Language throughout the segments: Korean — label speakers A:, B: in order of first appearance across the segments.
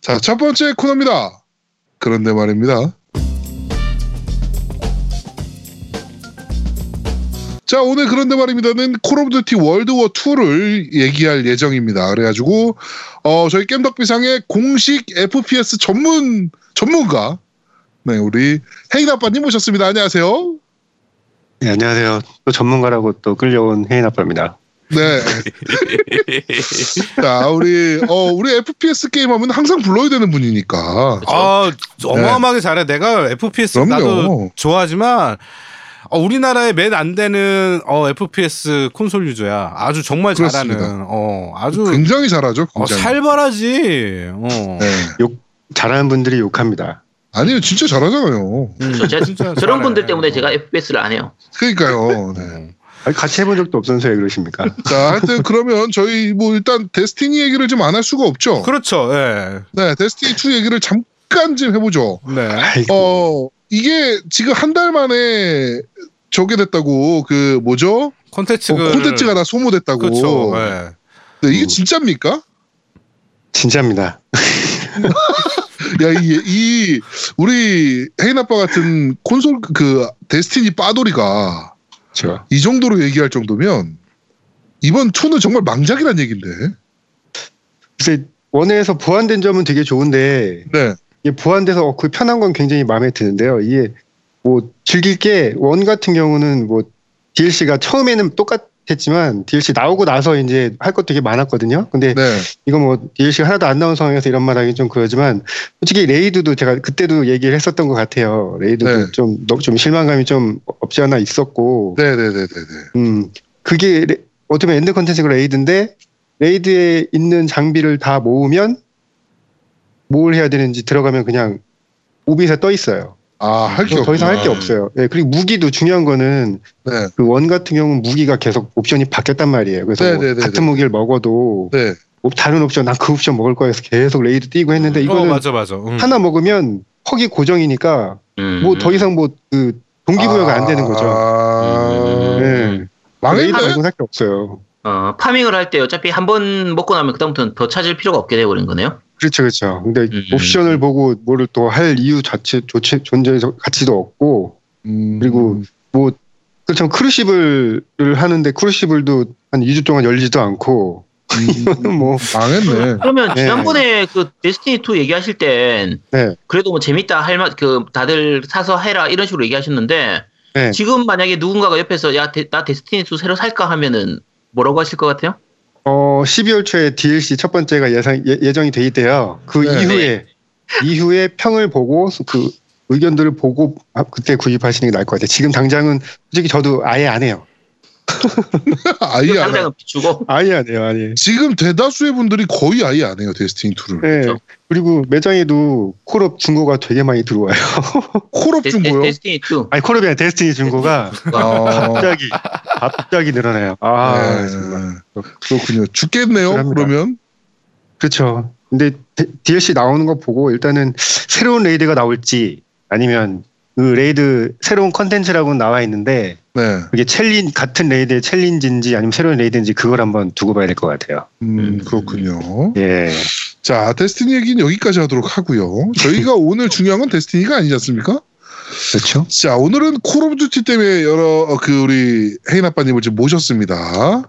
A: 자, 첫 번째 코너입니다. 그런데 말입니다. 자, 오늘 그런데 말입니다는 콜 오브 듀티 월드워 2를 얘기할 예정입니다. 그래가지고, 어, 저희 겜덕비상의 공식 FPS 전문, 전문가. 네, 우리 헤인 아빠님 모셨습니다. 안녕하세요.
B: 네, 안녕하세요. 또 전문가라고 또 끌려온 혜인 아빠입니다.
A: 네. 자, 우리, 어, 우리 FPS 게임 하면 항상 불러야 되는 분이니까.
C: 아 어마어마하게 잘해. 내가 FPS
A: 네. 그럼요.
C: 나도 좋아하지만 어, 우리나라에 맨 안 되는 어, FPS 콘솔 유저야. 아주 정말
A: 그렇습니다.
C: 잘하는. 어 아주
A: 굉장히 잘하죠.
C: 어,
A: 굉장히.
C: 살벌하지. 어.
A: 네.
B: 잘하는 분들이 욕합니다.
A: 아니요, 진짜 잘하잖아요.
C: 음,
D: 저- 저-
C: 진짜 어.
D: 저런
C: 잘해.
D: 분들 때문에 제가 FPS를 안 해요.
A: 그러니까요. 네.
C: 음.
B: 아니, 같이 해본 적도 없어서 왜 그러십니까?
A: 자, 하여튼 그러면 저희 뭐 일단 데스티니 얘기를 좀 안 할 수가 없죠.
C: 그렇죠. 예.
A: 네, 데스티니 2 얘기를 잠깐 좀 해보죠.
C: 네.
B: 아이고,
A: 어, 이게 지금 한 달 만에 저게 됐다고 그 뭐죠? 어,
C: 콘텐츠가
A: 콘텐츠가 다 소모됐다고.
C: 그렇죠. 예.
A: 네, 이게
B: 음.
A: 진짜입니까?
B: 진짜입니다.
A: 야, 이, 이 우리 혜인 아빠 같은 콘솔 그 데스티니 빠돌이가
B: 저
A: 이 정도로 얘기할 정도면 이번 2는 정말 망작이란 얘긴데.
B: 글쎄 원에서 보완된 점은 되게 좋은데
A: 네.
B: 이게 보완돼서 어, 그 편한 건 굉장히 마음에 드는데요. 이게 뭐 즐길 게 원 같은 경우는 뭐 DLC가 처음에는 똑같았지만 DLC 나오고 나서 이제 할 것 되게 많았거든요. 근데
A: 네.
B: 이거 뭐 DLC 가 하나도 안 나온 상황에서 이런 말하기 좀 그러지만 솔직히 레이드도 제가 그때도 얘기를 했었던 것 같아요.
A: 네.
B: 레이드도 좀 좀 실망감이 좀 없지 않아 있었고
A: 네, 네, 네, 네, 네.
B: 음 그게 레- 어떻게 보면 엔드 컨텐츠가 레이드인데 레이드에 있는 장비를 다 모으면 뭘 해야 되는지 들어가면 그냥 오비에서 떠 있어요.
A: 아, 할 게
B: 더
A: 없구나.
B: 이상 음, 할 게 없어요. 예, 그리고 무기도 중요한 거는
A: 네.
B: 그 원 같은 경우는 무기가 계속 옵션이 바뀌었단 말이에요. 그래서 뭐
A: 네네네네.
B: 같은 무기를 먹어도
A: 네.
B: 옵- 다른 옵션, 난 그 옵션 먹을 거야 해서 계속 레이드 뛰고 했는데
C: 어,
B: 이거는
C: 맞아 맞아. 음.
B: 하나 먹으면 퍽이 고정이니까
D: 음.
B: 뭐 더 이상 뭐 그 동기부여가 안 되는 거죠.
A: 아,
D: 음.
B: 예. 레이드
A: 망했네.
B: 말고는 할 게 없어요.
D: 어, 파밍을 할 때 어차피 한 번 먹고 나면 그다음부터는 더 찾을 필요가 없게 되어버린 거네요.
B: 그렇죠, 그렇죠. 근데
D: 음.
B: 옵션을 보고 뭐를 또 할 이유 자체 조체, 존재 가치도 없고
A: 음.
B: 그리고 뭐 그렇죠. 크루시블을 하는데 크루시블도 한 2주 동안 열리지도 않고
A: 음,
B: 뭐
A: 망했네.
D: 그러면
B: 네.
D: 지난번에 그 데스티니 2 얘기하실 땐
B: 네.
D: 그래도 뭐 재밌다 할만그 다들 사서 해라 이런 식으로 얘기하셨는데
B: 네.
D: 지금 만약에 누군가가 옆에서 야 나 데스티니 2 새로 살까 하면은 뭐라고 하실 것 같아요?
B: 어 12월 초에 DLC 첫 번째가 예상 예, 정이돼 있대요. 그
A: 네.
B: 이후에 이후에 평을 보고 그 의견들을 보고 아, 그때 구입하시는 게 나을 것 같아요. 지금 당장은 솔직히 저도 아예 안 해요. 네,
A: 아예 안 해요.
D: 당장은 비추고
B: 아예 안 해요, 아예.
A: 지금 대다수의 분들이 거의 아예 안 해요, 데스티니 2를.
B: 네.
D: 그렇죠.
B: 그리고 매장에도 콜업 중고가 되게 많이 들어와요.
A: 콜업
D: 데,
A: 중고요.
D: 스티니 2.
B: 아니 콜업이 아니라 데스티니 중고가
A: 아,
B: 갑자기 갑자기 늘어나요. 아
A: 네.
B: 정말.
A: 그렇군요. 죽겠네요,
B: 그럽니다.
A: 그러면.
B: 그렇죠. 근데 데- DLC 나오는 거 보고 일단은 새로운 레이드가 나올지 아니면 그 레이드 새로운 컨텐츠라고 나와 있는데
A: 네.
B: 그게 챌린 같은 레이드의 챌린지인지 아니면 새로운 레이드인지 그걸 한번 두고 봐야 될 것 같아요.
A: 음,
D: 음.
A: 그렇군요.
B: 예.
A: 자, 데스티니 얘기는 여기까지 하도록 하고요. 저희가 오늘 중요한 건 데스티니가 아니지 않습니까?
B: 그렇죠.
A: 자, 오늘은 콜 오브 듀티 때문에 여러 어, 그 우리 혜인 아빠님을 지금 모셨습니다.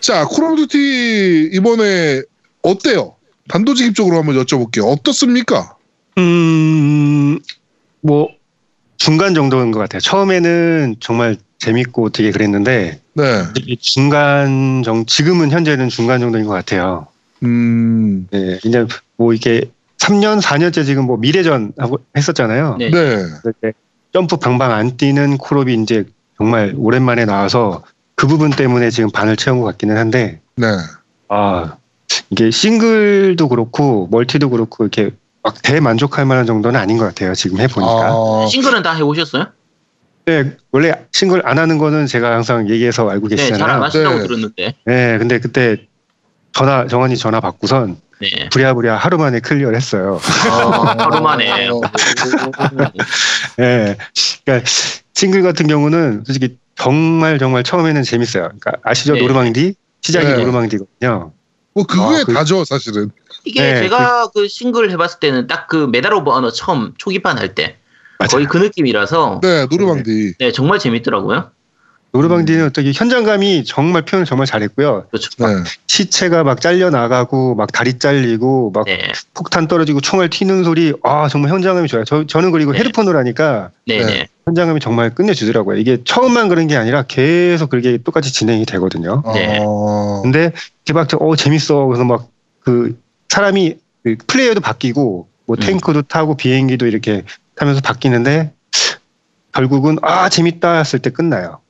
A: 자, 콜 오브 듀티 이번에 어때요? 단도직입적으로 한번 여쭤볼게요. 어떻습니까?
B: 음, 뭐 중간 정도인 것 같아요. 처음에는 정말 재밌고 되게 그랬는데
A: 네.
B: 중간 정 지금은 현재는 중간 정도인 것 같아요.
A: 음.
B: 네. 이제 뭐 이게 3년 4년째 지금 뭐 미래전 하고 했었잖아요.
D: 네.
A: 네.
B: 그래서 이제 점프 방방 안 뛰는 콜옵이 이제 정말 오랜만에 나와서 그 부분 때문에 지금 반을 채운 것 같기는 한데
A: 네.
B: 아 이게 싱글도 그렇고 멀티도 그렇고 이렇게 막 대만족할 만한 정도는 아닌 것 같아요 지금 해보니까
A: 아,
D: 어, 싱글은 다 해오셨어요?
B: 네, 원래 싱글 안 하는 거는 제가 항상 얘기해서 알고
D: 네, 잘 안
B: 계시잖아요
D: 하시다고
A: 네.
D: 들었는데.
B: 네 근데 그때 전화 정환이 전화 받고선
D: 네.
B: 부랴부랴 하루 만에 클리어를 했어요
D: 하루 만에.
B: 어. 예 그러니까 싱글 같은 경우는 솔직히 정말 정말 처음에는 재밌어요 그러니까 아시죠
D: 네.
B: 노르망디 시작이
A: 네.
B: 노르망디거든요
A: 뭐 그거에
B: 아, 그-
A: 다죠 사실은.
D: 이게
B: 네,
D: 제가 그, 싱글 해봤을 때는 딱 그 메달 오브 언어 처음 초기판 할 때
B: 맞아요.
D: 거의 그 느낌이라서 네.
A: 네 노르방디.
D: 정말 재밌더라고요. 음.
B: 노르방디는 어떻게 현장감이 정말 표현 을 정말 잘했고요.
D: 그렇죠.
A: 네.
B: 시체가 막 잘려 나가고 막 다리 잘리고 막
D: 네,
B: 폭탄 떨어지고 총알 튀는 소리 아 정말 현장감이 좋아요. 저, 저는 그리고
D: 네.
B: 헤드폰으로 하니까
D: 네,
A: 네.
D: 네.
B: 현장감이 정말 끝내주더라고요. 이게 처음만 그런 게 아니라 계속 그렇게 똑같이 진행이 되거든요.
D: 네.
A: 어...
B: 근데 개박자 어 재밌어 그래서 막 그 사람이 그 플레이어도 바뀌고 뭐
D: 음.
B: 탱크도 타고 비행기도 이렇게 타면서 바뀌는데 결국은 아 재밌다 했을 때 끝나요.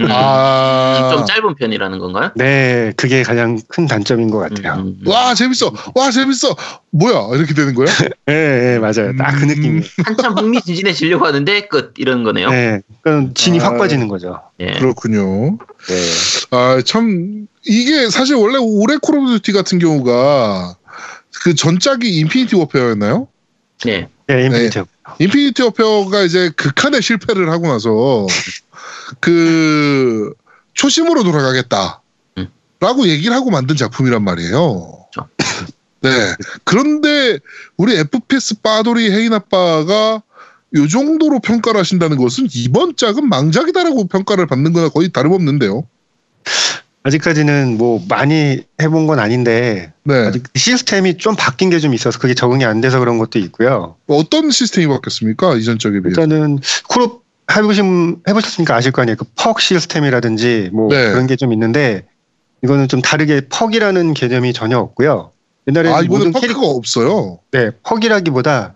D: 음,
A: 아.
D: 좀 짧은 편이라는 건가요?
B: 네 그게 가장 큰 단점인 것 같아요.
D: 음, 음.
A: 와 재밌어. 와 재밌어. 뭐야 이렇게 되는 거야?
B: 예, 예, 맞아요. 딱 그
A: 음.
B: 느낌이에요.
D: 한참 흥미진진해지려고 하는데 끝 이런 거네요.
B: 네. 그러니까 진이
A: 아.
B: 확 빠지는 거죠.
D: 네.
A: 그렇군요.
B: 네.
A: 아 참 이게 사실 원래 올해 콜 오브 듀티 같은 경우가 그 전작이 인피니티 워페어였나요?
D: 네.
B: 네, 인피니트.
A: 인피니티 워페어가 이제 극한의 실패를 하고 나서 그 초심으로 돌아가겠다.
D: 음.
A: 라고 얘기를 하고 만든 작품이란 말이에요.
D: 그렇죠.
A: 네. 그런데 우리 FPS 빠돌이 혜인 아빠가 요 정도로 평가를 하신다는 것은 이번 작은 망작이다라고 평가를 받는 거나 거의 다름없는데요.
B: 아직까지는 뭐 많이 해본 건 아닌데
A: 네.
B: 아직 시스템이 좀 바뀐 게 좀 있어서 그게 적응이 안 돼서 그런 것도 있고요.
A: 뭐 어떤 시스템이 바뀌었습니까? 이전적에 비해.
B: 일단은 쿨업 해보신 해보셨으니까 아실 거 아니에요. 그 퍽 시스템이라든지 뭐
A: 네.
B: 그런 게 좀 있는데 이거는 좀 다르게 퍽이라는 개념이 전혀 없고요. 옛날에
A: 아,
B: 는
A: 이번엔
B: 모든
A: 퍼크가
B: 캐릭터
A: 없어요.
B: 네, 퍽이라기보다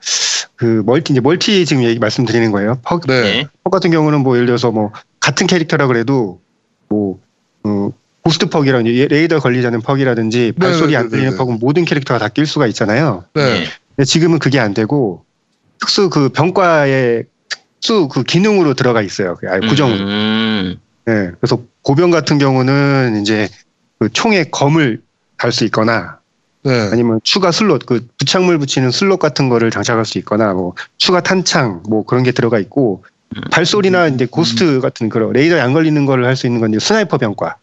B: 그 멀티 이제 멀티 지금 얘기 말씀드리는 거예요. 퍽
A: 네.
D: 네.
B: 퍽 같은 경우는 뭐 예를 들어서 뭐 같은 캐릭터라 그래도 뭐 어, 고스트 퍽이라든지 예- 레이더 걸리지 않는 퍽이라든지 발소리 안 들리는
A: 네네네네.
B: 퍽은 모든 캐릭터가 다 낄 수가 있잖아요.
A: 네.
B: 근데 지금은 그게 안 되고 특수 그 병과의 특수 그 기능으로 들어가 있어요. 그 아예
A: 음,
B: 구정. 예
D: 음,
B: 그래서 고병 같은 경우는 이제 그 총에 검을 달 수 있거나
A: 네.
B: 아니면 추가 슬롯 그 부착물 붙이는 슬롯 같은 거를 장착할 수 있거나 뭐 추가 탄창 뭐 그런 게 들어가 있고
D: 음.
B: 발소리나 이제 고스트 같은 그런 레이더 안 걸리는 걸 할 수 있는 건 이제 스나이퍼 병과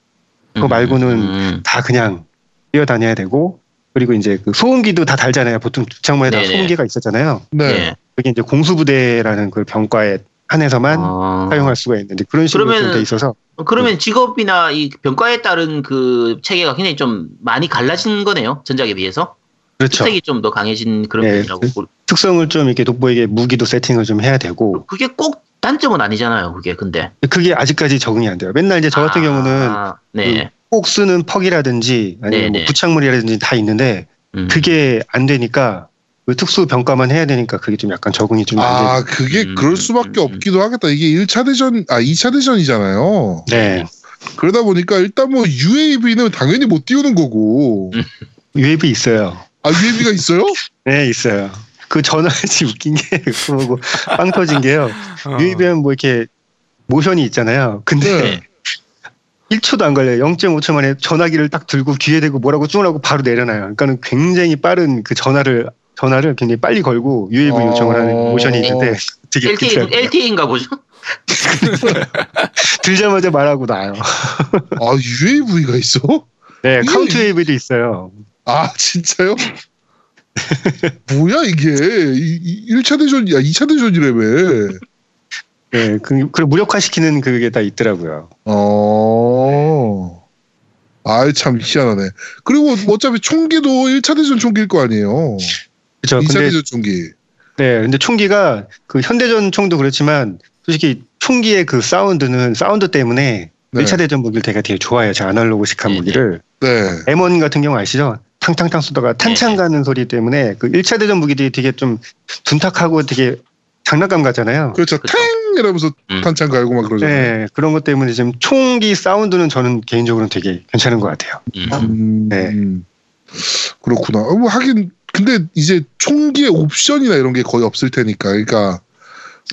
B: 그거
D: 음,
B: 말고는
D: 음,
B: 다 그냥 뛰어다녀야 되고 그리고 이제 그 소음기도 다 달잖아요. 보통 부착물에다
D: 네네.
B: 소음기가 있었잖아요.
A: 네.
D: 네.
B: 그게 이제 공수부대라는 그 병과에 한해서만
D: 아.
B: 사용할 수가 있는데 그런 식으로
D: 그러면은-
B: 좀돼 있어서
D: 그러면 직업이나 이 병과에 따른 그 체계가 굉장히 좀 많이 갈라진 거네요. 전작에 비해서.
B: 그렇죠.
D: 특색이 좀 더 강해진 그런
B: 네,
D: 편이라고.
B: 그-
D: 볼-
B: 특성을 좀 이렇게 돋보이게 무기도 세팅을 좀 해야 되고
D: 뭐 그게 꼭 단점은 아니잖아요. 그게 근데.
B: 그게 아직까지 적응이 안 돼요. 맨날 이제 저 같은
D: 아,
B: 경우는
D: 네.
B: 꼭 쓰는 퍽이라든지 아니면 뭐
D: 네네.
B: 부착물이라든지 다 있는데
D: 음.
B: 그게 안 되니까 그 특수 병과만 해야 되니까 그게 좀 약간 적응이 좀 안
A: 아,
B: 되고
A: 그게
D: 음,
A: 그럴
D: 음,
A: 수밖에
D: 음,
A: 없기도 하겠다. 이게 1차 대전, 아, 2차 대전이잖아요.
B: 네
A: 그러다 보니까 일단 뭐 UAV는 당연히 못 띄우는 거고.
D: 음.
B: 웨이브 있어요.
A: 아, UAV가 있어요?
B: 네 있어요. 그 전화지 웃긴 게 그러고 빵 터진 게요.
C: 어.
B: 유입은 뭐 이렇게 모션이 있잖아요. 근데
A: 어. 네.
B: 1초도 안 걸려요. 0.5초 만에 전화기를 딱 들고 귀에 대고 뭐라고 쭈라고 바로 내려놔요. 그러니까는 굉장히 빠른 그 전화를 전화를 굉장히 빨리 걸고 유입을
A: 어.
B: 요청을 하는 모션이 있는데 되게
D: LTE,
B: 웃기더라고요.
D: LTE인가 보죠?
B: 들자마자 말하고 나요.
A: 아, UAV가 있어?
B: 네,
A: 이게-
B: 카운트 웨이브도 있어요.
A: 아, 진짜요? 뭐야, 이게. 1차 대전이야, 2차 대전이라며.
B: 네, 그, 그걸 무력화시키는 그게 다 있더라고요.
A: 어. 아이, 참 희한하네. 그리고 뭐 어차피 총기도 1차 대전 총기일 거 아니에요.
B: 그렇죠.
A: 2차
B: 근데
A: 대전 총기.
B: 네, 근데 총기가 그 현대전 총도 그렇지만 솔직히 총기의 그 사운드는 사운드 때문에
A: 네.
B: 1차 대전 무기를 제가 되게 좋아해요. 저 아날로그식한
D: 네, 네.
B: 무기를.
A: 네.
B: M1 같은 경우 아시죠? 탕탕탕
A: 예,
B: 쏘다가 탄창
D: 네.
B: 가는 소리 때문에 그 1차 대전 무기들이 되게 좀 둔탁하고 되게 장난감 같잖아요.
A: 그렇죠.
D: 그쵸.
A: 탱! 이러면서
D: 음.
A: 탄창 갈고 막 그러잖아요.
B: 네, 그런 것 때문에 지금 총기 사운드는 저는 개인적으로는 되게 괜찮은 것 같아요.
D: 음.
A: 음,
B: 네.
A: 그렇구나. 어, 뭐 하긴 근데 이제 총기의 옵션이나 이런 게 거의 없을 테니까. 그러니까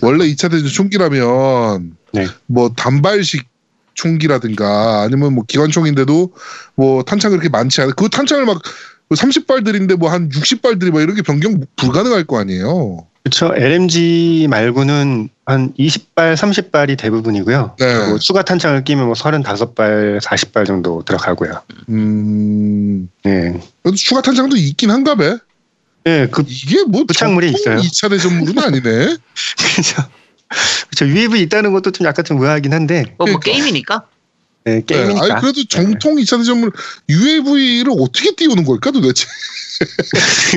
A: 원래 2차 대전 총기라면
B: 네.
A: 뭐 단발식 총기라든가 아니면 뭐 기관총인데도 뭐 탄창 그렇게 많지 않아. 그 탄창을 막 30발들인데 뭐 한 60발들이 막 이런 게 변경 불가능할 거 아니에요.
B: 그렇죠. LMG 말고는 한 20발, 30발이 대부분이고요.
A: 네.
B: 뭐 추가 탄창을 끼면 뭐 35발, 40발 정도 들어가고요.
A: 음.
B: 예.
A: 그래도 추가 탄창도 있긴 한가 봐.
B: 예, 그
A: 이게 뭐
B: 부착물이 있어요.
A: 2차 대전물은 아니네.
B: 그죠. 그렇죠. UAV 있다는 것도 좀 약간 좀 의아하긴 한데
D: 뭐, 뭐
A: 그러니까.
D: 게임이니까.
B: 네, 게임이니까.
A: 아니 그래도 정통 2차 대전물 UAV를 어떻게 띄우는 걸까 도대체?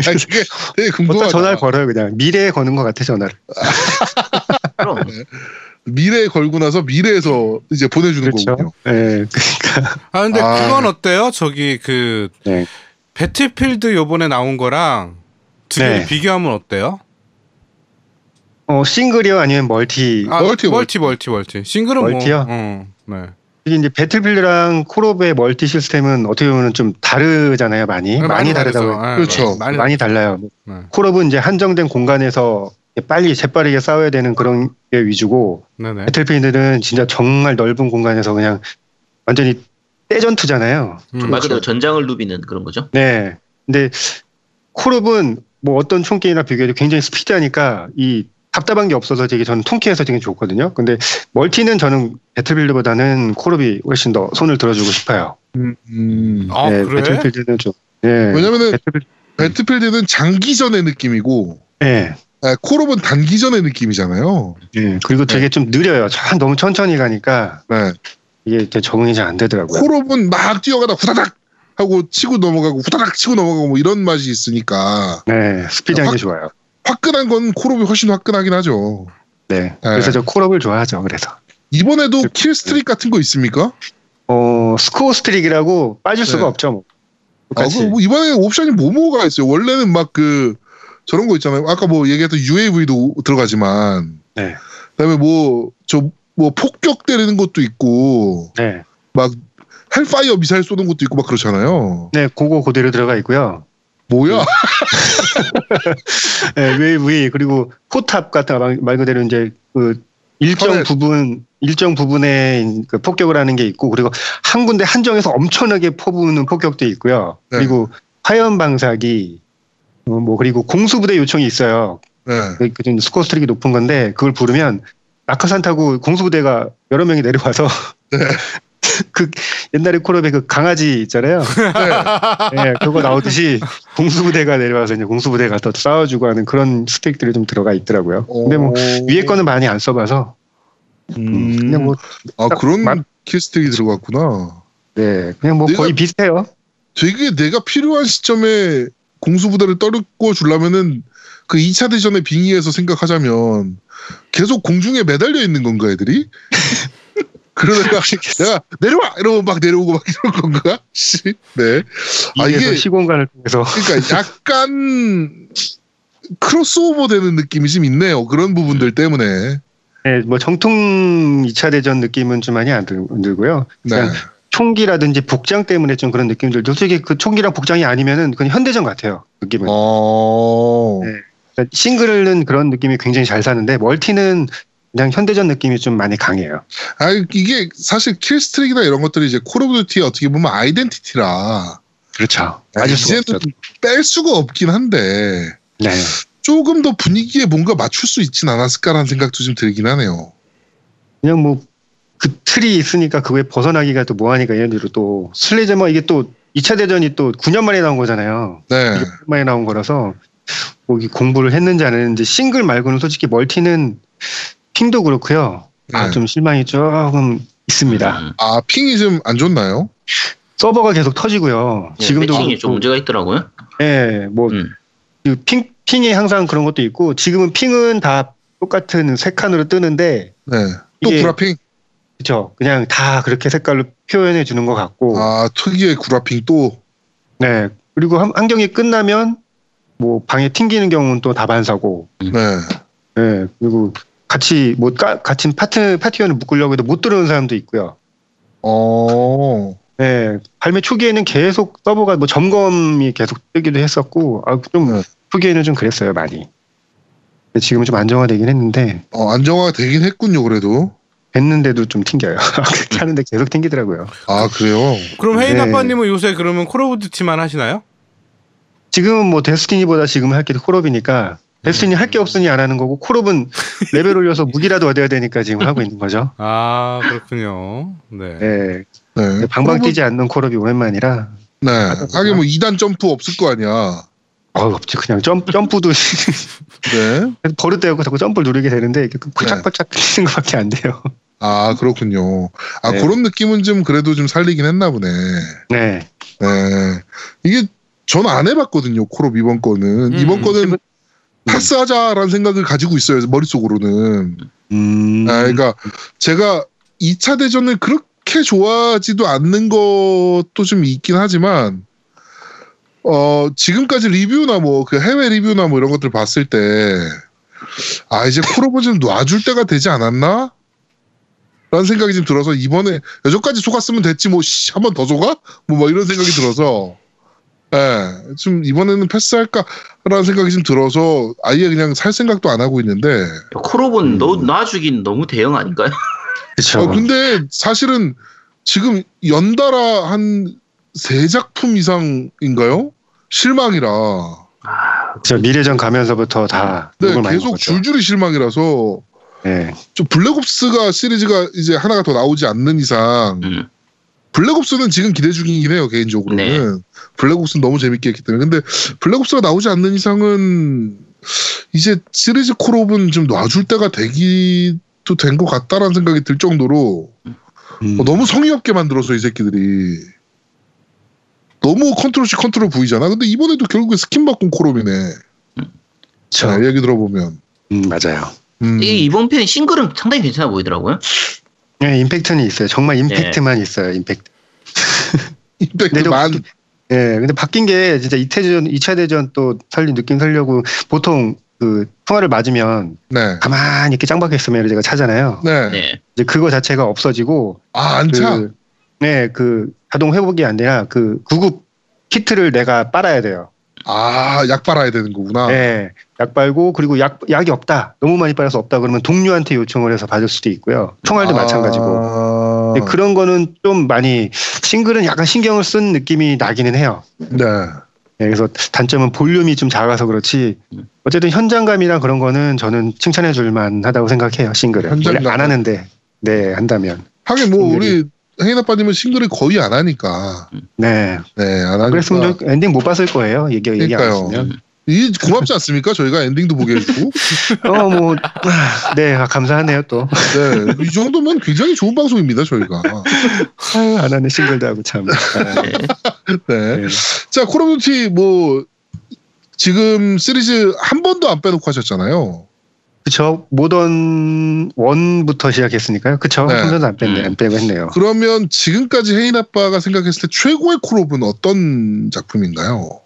A: 아니, 그게 되게
B: 보통
A: 궁금하다.
B: 전화를 걸어요 그냥 미래에 거는 것 같아 전화를.
D: 그럼.
B: 네,
A: 미래에 걸고 나서 미래에서 이제 보내주는 거군요.
B: 그렇죠. 예, 그러니까
C: 아 근데
A: 아.
C: 그건 어때요? 저기 그
B: 네.
C: 배틀필드 요번에 나온 거랑 두 개를
B: 네.
C: 비교하면 어때요?
B: 어, 싱글이요 아니면 멀티.
C: 아,
A: 멀티,
C: 멀티 멀티 멀티. 싱글은
B: 멀티요?
C: 뭐 어, 네.
B: 이게 이제 배틀필드랑 콜옵의 멀티 시스템은 어떻게 보면 좀 다르잖아요 네, 많이 많이 다르다고
C: 다르죠. 예,
A: 그렇죠.
C: 많이,
B: 많이 달라요.
C: 네.
B: 콜옵은 이제 한정된 공간에서 빨리 재빠르게 싸워야 되는 그런 게 위주고
C: 네네.
B: 배틀필드는 진짜 정말 넓은 공간에서 그냥 완전히 떼전투잖아요.
C: 음.
D: 말 그대로 전장을 누비는 그런 거죠.
B: 네. 근데 콜옵은 뭐 어떤 총게임이나 비교해도 굉장히 스피드하니까 이 답답한 게 없어서 되게 저는 통쾌해서 되게 좋거든요. 근데 멀티는 저는 배틀필드보다는 콜옵이 훨씬 더 손을 들어주고 싶어요.
A: 음, 음.
C: 아
B: 네,
C: 그래?
B: 배틀필드는 좀. 네.
A: 왜냐면은
B: 배틀필드.
A: 배트필드는 장기전의 느낌이고
B: 네.
A: 아, 콜옵은 단기전의 느낌이잖아요.
B: 네. 그리고 되게 좀 느려요. 참 너무 천천히 가니까
A: 네.
B: 이게 이렇게 적응이 잘 안 되더라고요.
A: 콜옵은 막 뛰어가다 후다닥 하고 치고 넘어가고 후다닥 치고 넘어가고 뭐 이런 맛이 있으니까
B: 네. 스피드한
A: 확-
B: 게 좋아요.
A: 화끈한 건 콜옵이 훨씬 화끈하긴 하죠.
B: 네. 그래서 저 콜옵을 좋아하죠. 그래서.
A: 이번에도
B: 그렇죠.
A: 킬 스트릭 같은 거 있습니까?
B: 어, 스코어 스트릭이라고 빠질 수가
A: 네.
B: 없죠. 뭐.
A: 아,
B: 똑같이.
A: 그, 뭐 이번에 옵션이 뭐뭐가 있어요. 원래는 막 그 저런 거 있잖아요. 아까 뭐 얘기했던 UAV도 들어가지만,
B: 네.
A: 그다음에 뭐 저 뭐 폭격 때리는 것도 있고,
B: 네.
A: 헬파이어 미사일 쏘는 것도 있고 막 그렇잖아요.
B: 네, 그거 그대로 들어가 있고요.
A: 뭐야?
B: 네, 웨이브이 그리고 포탑 같은 거 말- 말 그대로 이제 그 일정
A: 터렛.
B: 부분 일정 부분에 그 폭격을 하는 게 있고 그리고 한 군데 한정에서 엄청나게 퍼부는 폭격도 있고요.
A: 네.
B: 그리고 화염 방사기 어, 뭐 그리고 공수부대 요청이 있어요.
A: 네.
B: 그- 그좀 스코어 스트릭이 높은 건데 그걸 부르면 낙하산 타고 공수부대가 여러 명이 내려와서 그 옛날에 콜업의 그 강아지 있잖아요. 네, 그거 나오듯이 공수부대가 내려와서 이제 공수부대가 또 싸워주고 하는 그런 스펙들이 좀 들어가 있더라고요. 근데 뭐
A: 어.
B: 위에 거는 많이 안 써봐서
A: 음,
B: 그냥 뭐,
A: 아 그런
B: 만-
A: 킬 스트릭이 들어갔구나.
B: 네, 그냥 뭐
A: 내가-
B: 거의 비슷해요.
A: 되게 내가 필요한 시점에 공수부대를 떨고 주려면은 그 2차 대전의 빙의에서 생각하자면 계속 공중에 매달려 있는 건가 애들이? 그러다가 내가 내려와 이러고 막 내려오고 막 이런 건가? 씨. 네. 아,
B: 이에서
A: 이게-
B: 시공간을 통해서
A: 그러니까 약간 크로스오버 되는 느낌이 좀 있네요. 그런 부분들 때문에.
B: 네, 뭐 정통 2차 대전 느낌은 좀 많이 안 들- 안 들고요.
A: 네.
B: 그냥 총기라든지 복장 때문에 좀 그런 느낌들도 솔직히 그 총기랑 복장이 아니면은 그냥 현대전 같아요. 느낌은.
A: 어.
B: 네. 그러니까 싱글은 그런 느낌이 굉장히 잘 사는데 멀티는 그냥 현대전 느낌이 좀 많이 강해요.
A: 아 이게 사실 킬 스트릭이나 이런 것들이 이제 콜 오브 듀티 어떻게 보면 아이덴티티라
B: 그렇죠.
A: 아직
B: 빠질 수가
A: 이제는
B: 없죠.
A: 뺄 수가 없긴 한데
B: 네.
A: 조금 더 분위기에 뭔가 맞출 수 있진 않았을까라는 생각도 좀 들긴 하네요.
B: 그냥 뭐 그 틀이 있으니까 그거에 벗어나기가 또 뭐하니까 예를 들어 또뭐 슬레이저머 이게 또 2차 대전이 또 9년 만에 나온 거잖아요.
A: 네.
B: 이게 오랜만에 나온 거라서 뭐 이게 공부를 했는지 안 했는지 싱글 말고는 솔직히 멀티는 핑도 그렇고요.
A: 네.
B: 아, 좀 실망이 조금 있습니다.
D: 음.
A: 아 핑이 좀 안 좋나요?
B: 서버가 계속 터지고요.
D: 예,
B: 지금도 뭐
D: 매칭이 좀 문제가 있더라고요.
B: 예, 뭐
D: 음.
B: 그 핑, 핑이 항상 그런 것도 있고 지금은 핑은 다 똑같은 색칸으로 뜨는데
A: 네. 또
B: 이게-
A: 구라핑.
B: 그죠 그냥 다 그렇게 색깔로 표현해 주는 것 같고
A: 아 특유의 구라핑 또.
B: 네 그리고 한, 한 경기 끝나면 뭐 방에 튕기는 경우는 또 다반사고
A: 네.
B: 예 그리고 같이 뭐 까, 같이 파트 파티원을 묶으려고 해도 못 들어오는 사람도 있고요
A: 어.
B: 예 발매 초기에는 계속 서버가 뭐 점검이 계속 뜨기도 했었고 아좀
A: 네.
B: 초기에는 좀 그랬어요 많이 근데 지금은 좀 안정화되긴 했는데
A: 어, 안정화 되긴 했군요 그래도.
B: 했는데도 좀 튕겨요. 하는데 계속 튕기더라고요.
A: 아 그래요.
C: 그럼 헤인
B: 네.
C: 아빠님은 요새 그러면 콜 오브 듀티만 하시나요?
B: 지금은 뭐 데스티니보다 지금 할 게 콜업이니까 데스티니 할 게 없으니 안 하는 거고 콜업은 레벨 올려서 무기라도 얻어야 되니까 지금 하고 있는 거죠.
C: 아 그렇군요. 네.
B: 예.
A: 네.
B: 방방
A: 그러면-
B: 뛰지 않는 콜업이 오랜만이라.
A: 네. 하긴 뭐 2단 점프 없을 거 아니야.
B: 어, 없지. 그냥 점프, 점프도
A: 네.
B: 버릇되고 자꾸 점프를 누르게 되는데 이렇게 바짝바짝 뛰는 것밖에 안 돼요.
A: 아 그렇군요. 아
B: 네.
A: 그런 느낌은 좀 그래도 좀 살리긴 했나 보네.
B: 네.
A: 네. 이게 전 안 해봤거든요. 콜옵 이번 거는
C: 음,
A: 이번 거는 패스하자라는 생각을 가지고 있어요. 머릿속으로는.
B: 음.
A: 아, 그러니까 제가 2차 대전을 그렇게 좋아하지도 않는 것도 좀 있긴 하지만 어 지금까지 리뷰나 뭐 그 해외 리뷰나 뭐 이런 것들 봤을 때 아 이제 콜옵을 좀 놔줄 때가 되지 않았나? 라는 생각이 좀 들어서 이번에 여전까지 속았으면 됐지 뭐 한 번 더 속아? 뭐 막 이런 생각이 들어서 예, 좀 이번에는 패스할까라는 생각이 좀 들어서 아예 그냥 살 생각도 안 하고 있는데
B: 음.
D: 코롭은 너 놔주긴 너무 대형 아닌가요?
B: 그쵸.
A: 어, 근데 사실은 지금 연달아 한 세 작품 이상인가요? 실망이라.
B: 그쵸. 미래전 가면서부터 다.
A: 네,
B: 욕을 많이
A: 계속
B: 먹었죠.
A: 줄줄이 어, 실망이라서
B: 네.
A: 좀 블랙옵스가 시리즈가 이제 하나가 더 나오지 않는 이상
D: 음.
A: 블랙옵스는 지금 기대 중이긴 해요
B: 네.
A: 개인적으로는 블랙옵스는 너무 재밌게 했기 때문에 근데 블랙옵스가 나오지 않는 이상은 이제 시리즈 콜옵은 좀 놔줄 때가 되기도 된 것 같다라는 생각이 들 정도로
B: 음.
A: 어, 너무 성의 없게 만들어서 이 새끼들이 너무 컨트롤 C 컨트롤 V잖아. 근데 이번에도 결국에 스킨 바꾼 코롬이네.
B: 그쵸.
A: 네, 얘기 들어보면.
B: 음, 맞아요.
A: 음,
D: 이 이번 편이 싱글은 상당히 괜찮아 보이더라고요.
B: 네, 임팩트는 있어요. 정말 임팩트만 있어요. 임팩트.
A: 임팩트 그
B: 내려-
A: 만.
B: 예, 근데 바뀐 게 진짜 2차 대전, 2차 대전 또 살리 느낌 살려고 보통 그 총알을 맞으면
A: 네.
B: 가만히 이렇게 짱박혀 있으면 제가 차잖아요.
A: 네.
D: 네.
B: 이제 그거 자체가 없어지고
A: 아, 안 차.
B: 그, 네, 그 자동 회복이 안 되나 그 구급 키트를 내가 빨아야 돼요.
A: 아, 약 빨아야 되는 거구나.
B: 네, 약 빨고 그리고 약 약이 없다. 너무 많이 빨아서 없다 그러면 동료한테 요청을 해서 받을 수도 있고요. 총알도
A: 아.
B: 마찬가지고.
A: 아,
B: 근데 그런 거는 좀 많이 싱글은 약간 신경을 쓴 느낌이 나기는 해요.
A: 네.
B: 예, 그래서 단점은 볼륨이 좀 작아서 그렇지
D: 음.
B: 어쨌든 현장감이나 그런 거는 저는 칭찬해 줄 만하다고 생각해요 싱글은
A: 현장감.
B: 원래 안 하는데 네 한다면
A: 하긴 뭐
B: 싱글이.
A: 우리 혜인아빠님은 싱글을 거의 안 하니까.
B: 네
A: 네, 안 하니까.
B: 그랬으면 저 엔딩 못 봤을 거예요 얘기 얘기 안
A: 그러니까요.
B: 했으면
A: 이 고맙지 않습니까? 저희가 엔딩도 보게 해주고.
B: 어, 뭐, 아, 어뭐네 감사하네요 또 안
A: 네, 이 정도면 굉장히 좋은 방송입니다, 저희가.
B: 하는 싱글도 하고 참 아,
D: 네.
A: 네.
B: 네.
A: 자, 콜 오브 듀티 뭐 지금 시리즈 한 번도 안 빼놓고 하셨잖아요.
B: 그쵸 모던 원부터 시작했으니까요 그쵸
A: 네.
B: 한 번도 안 뺐네 안 빼고 했네요
A: 그러면 지금까지 혜인 아빠가 생각했을 때 최고의 콜옵은 어떤 작품인가요?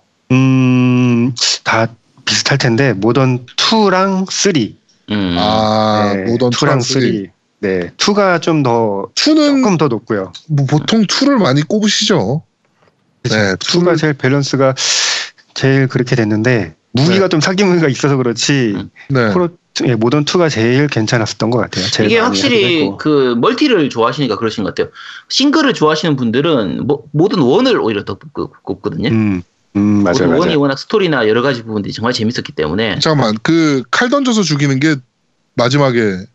B: 음, 음다 비슷할 텐데 모던 2랑 3
D: 음.
A: 아, 모던
B: 네, 투랑
A: 2랑 3.
B: 쓰리. 네, 2가 좀 더
A: 2는
B: 조금 더 높고요.
A: 뭐 보통 2를 많이 꼽으시죠. 네,
B: 2가 제일 밸런스가 제일 그렇게 됐는데 무기가 좀 사기 무기가 있어서 그렇지
D: 음.
A: 네.
B: 프로 예, 모던 2가 제일 괜찮았었던 것 같아요. 제일
D: 이게
B: 많이 하기도
D: 확실히
B: 했고.
D: 그 멀티를 좋아하시니까 그러신 것 같아요. 싱글을 좋아하시는 분들은 뭐, 모든 원을 오히려 더 꼽- 꼽- 꼽거든요.
B: 음, 음 맞아요,
D: 모든 원이
B: 맞아요.
D: 워낙 스토리나 여러 가지 부분들이 정말 재밌었기 때문에
A: 잠깐만. 그 칼 던져서 죽이는 게 마지막에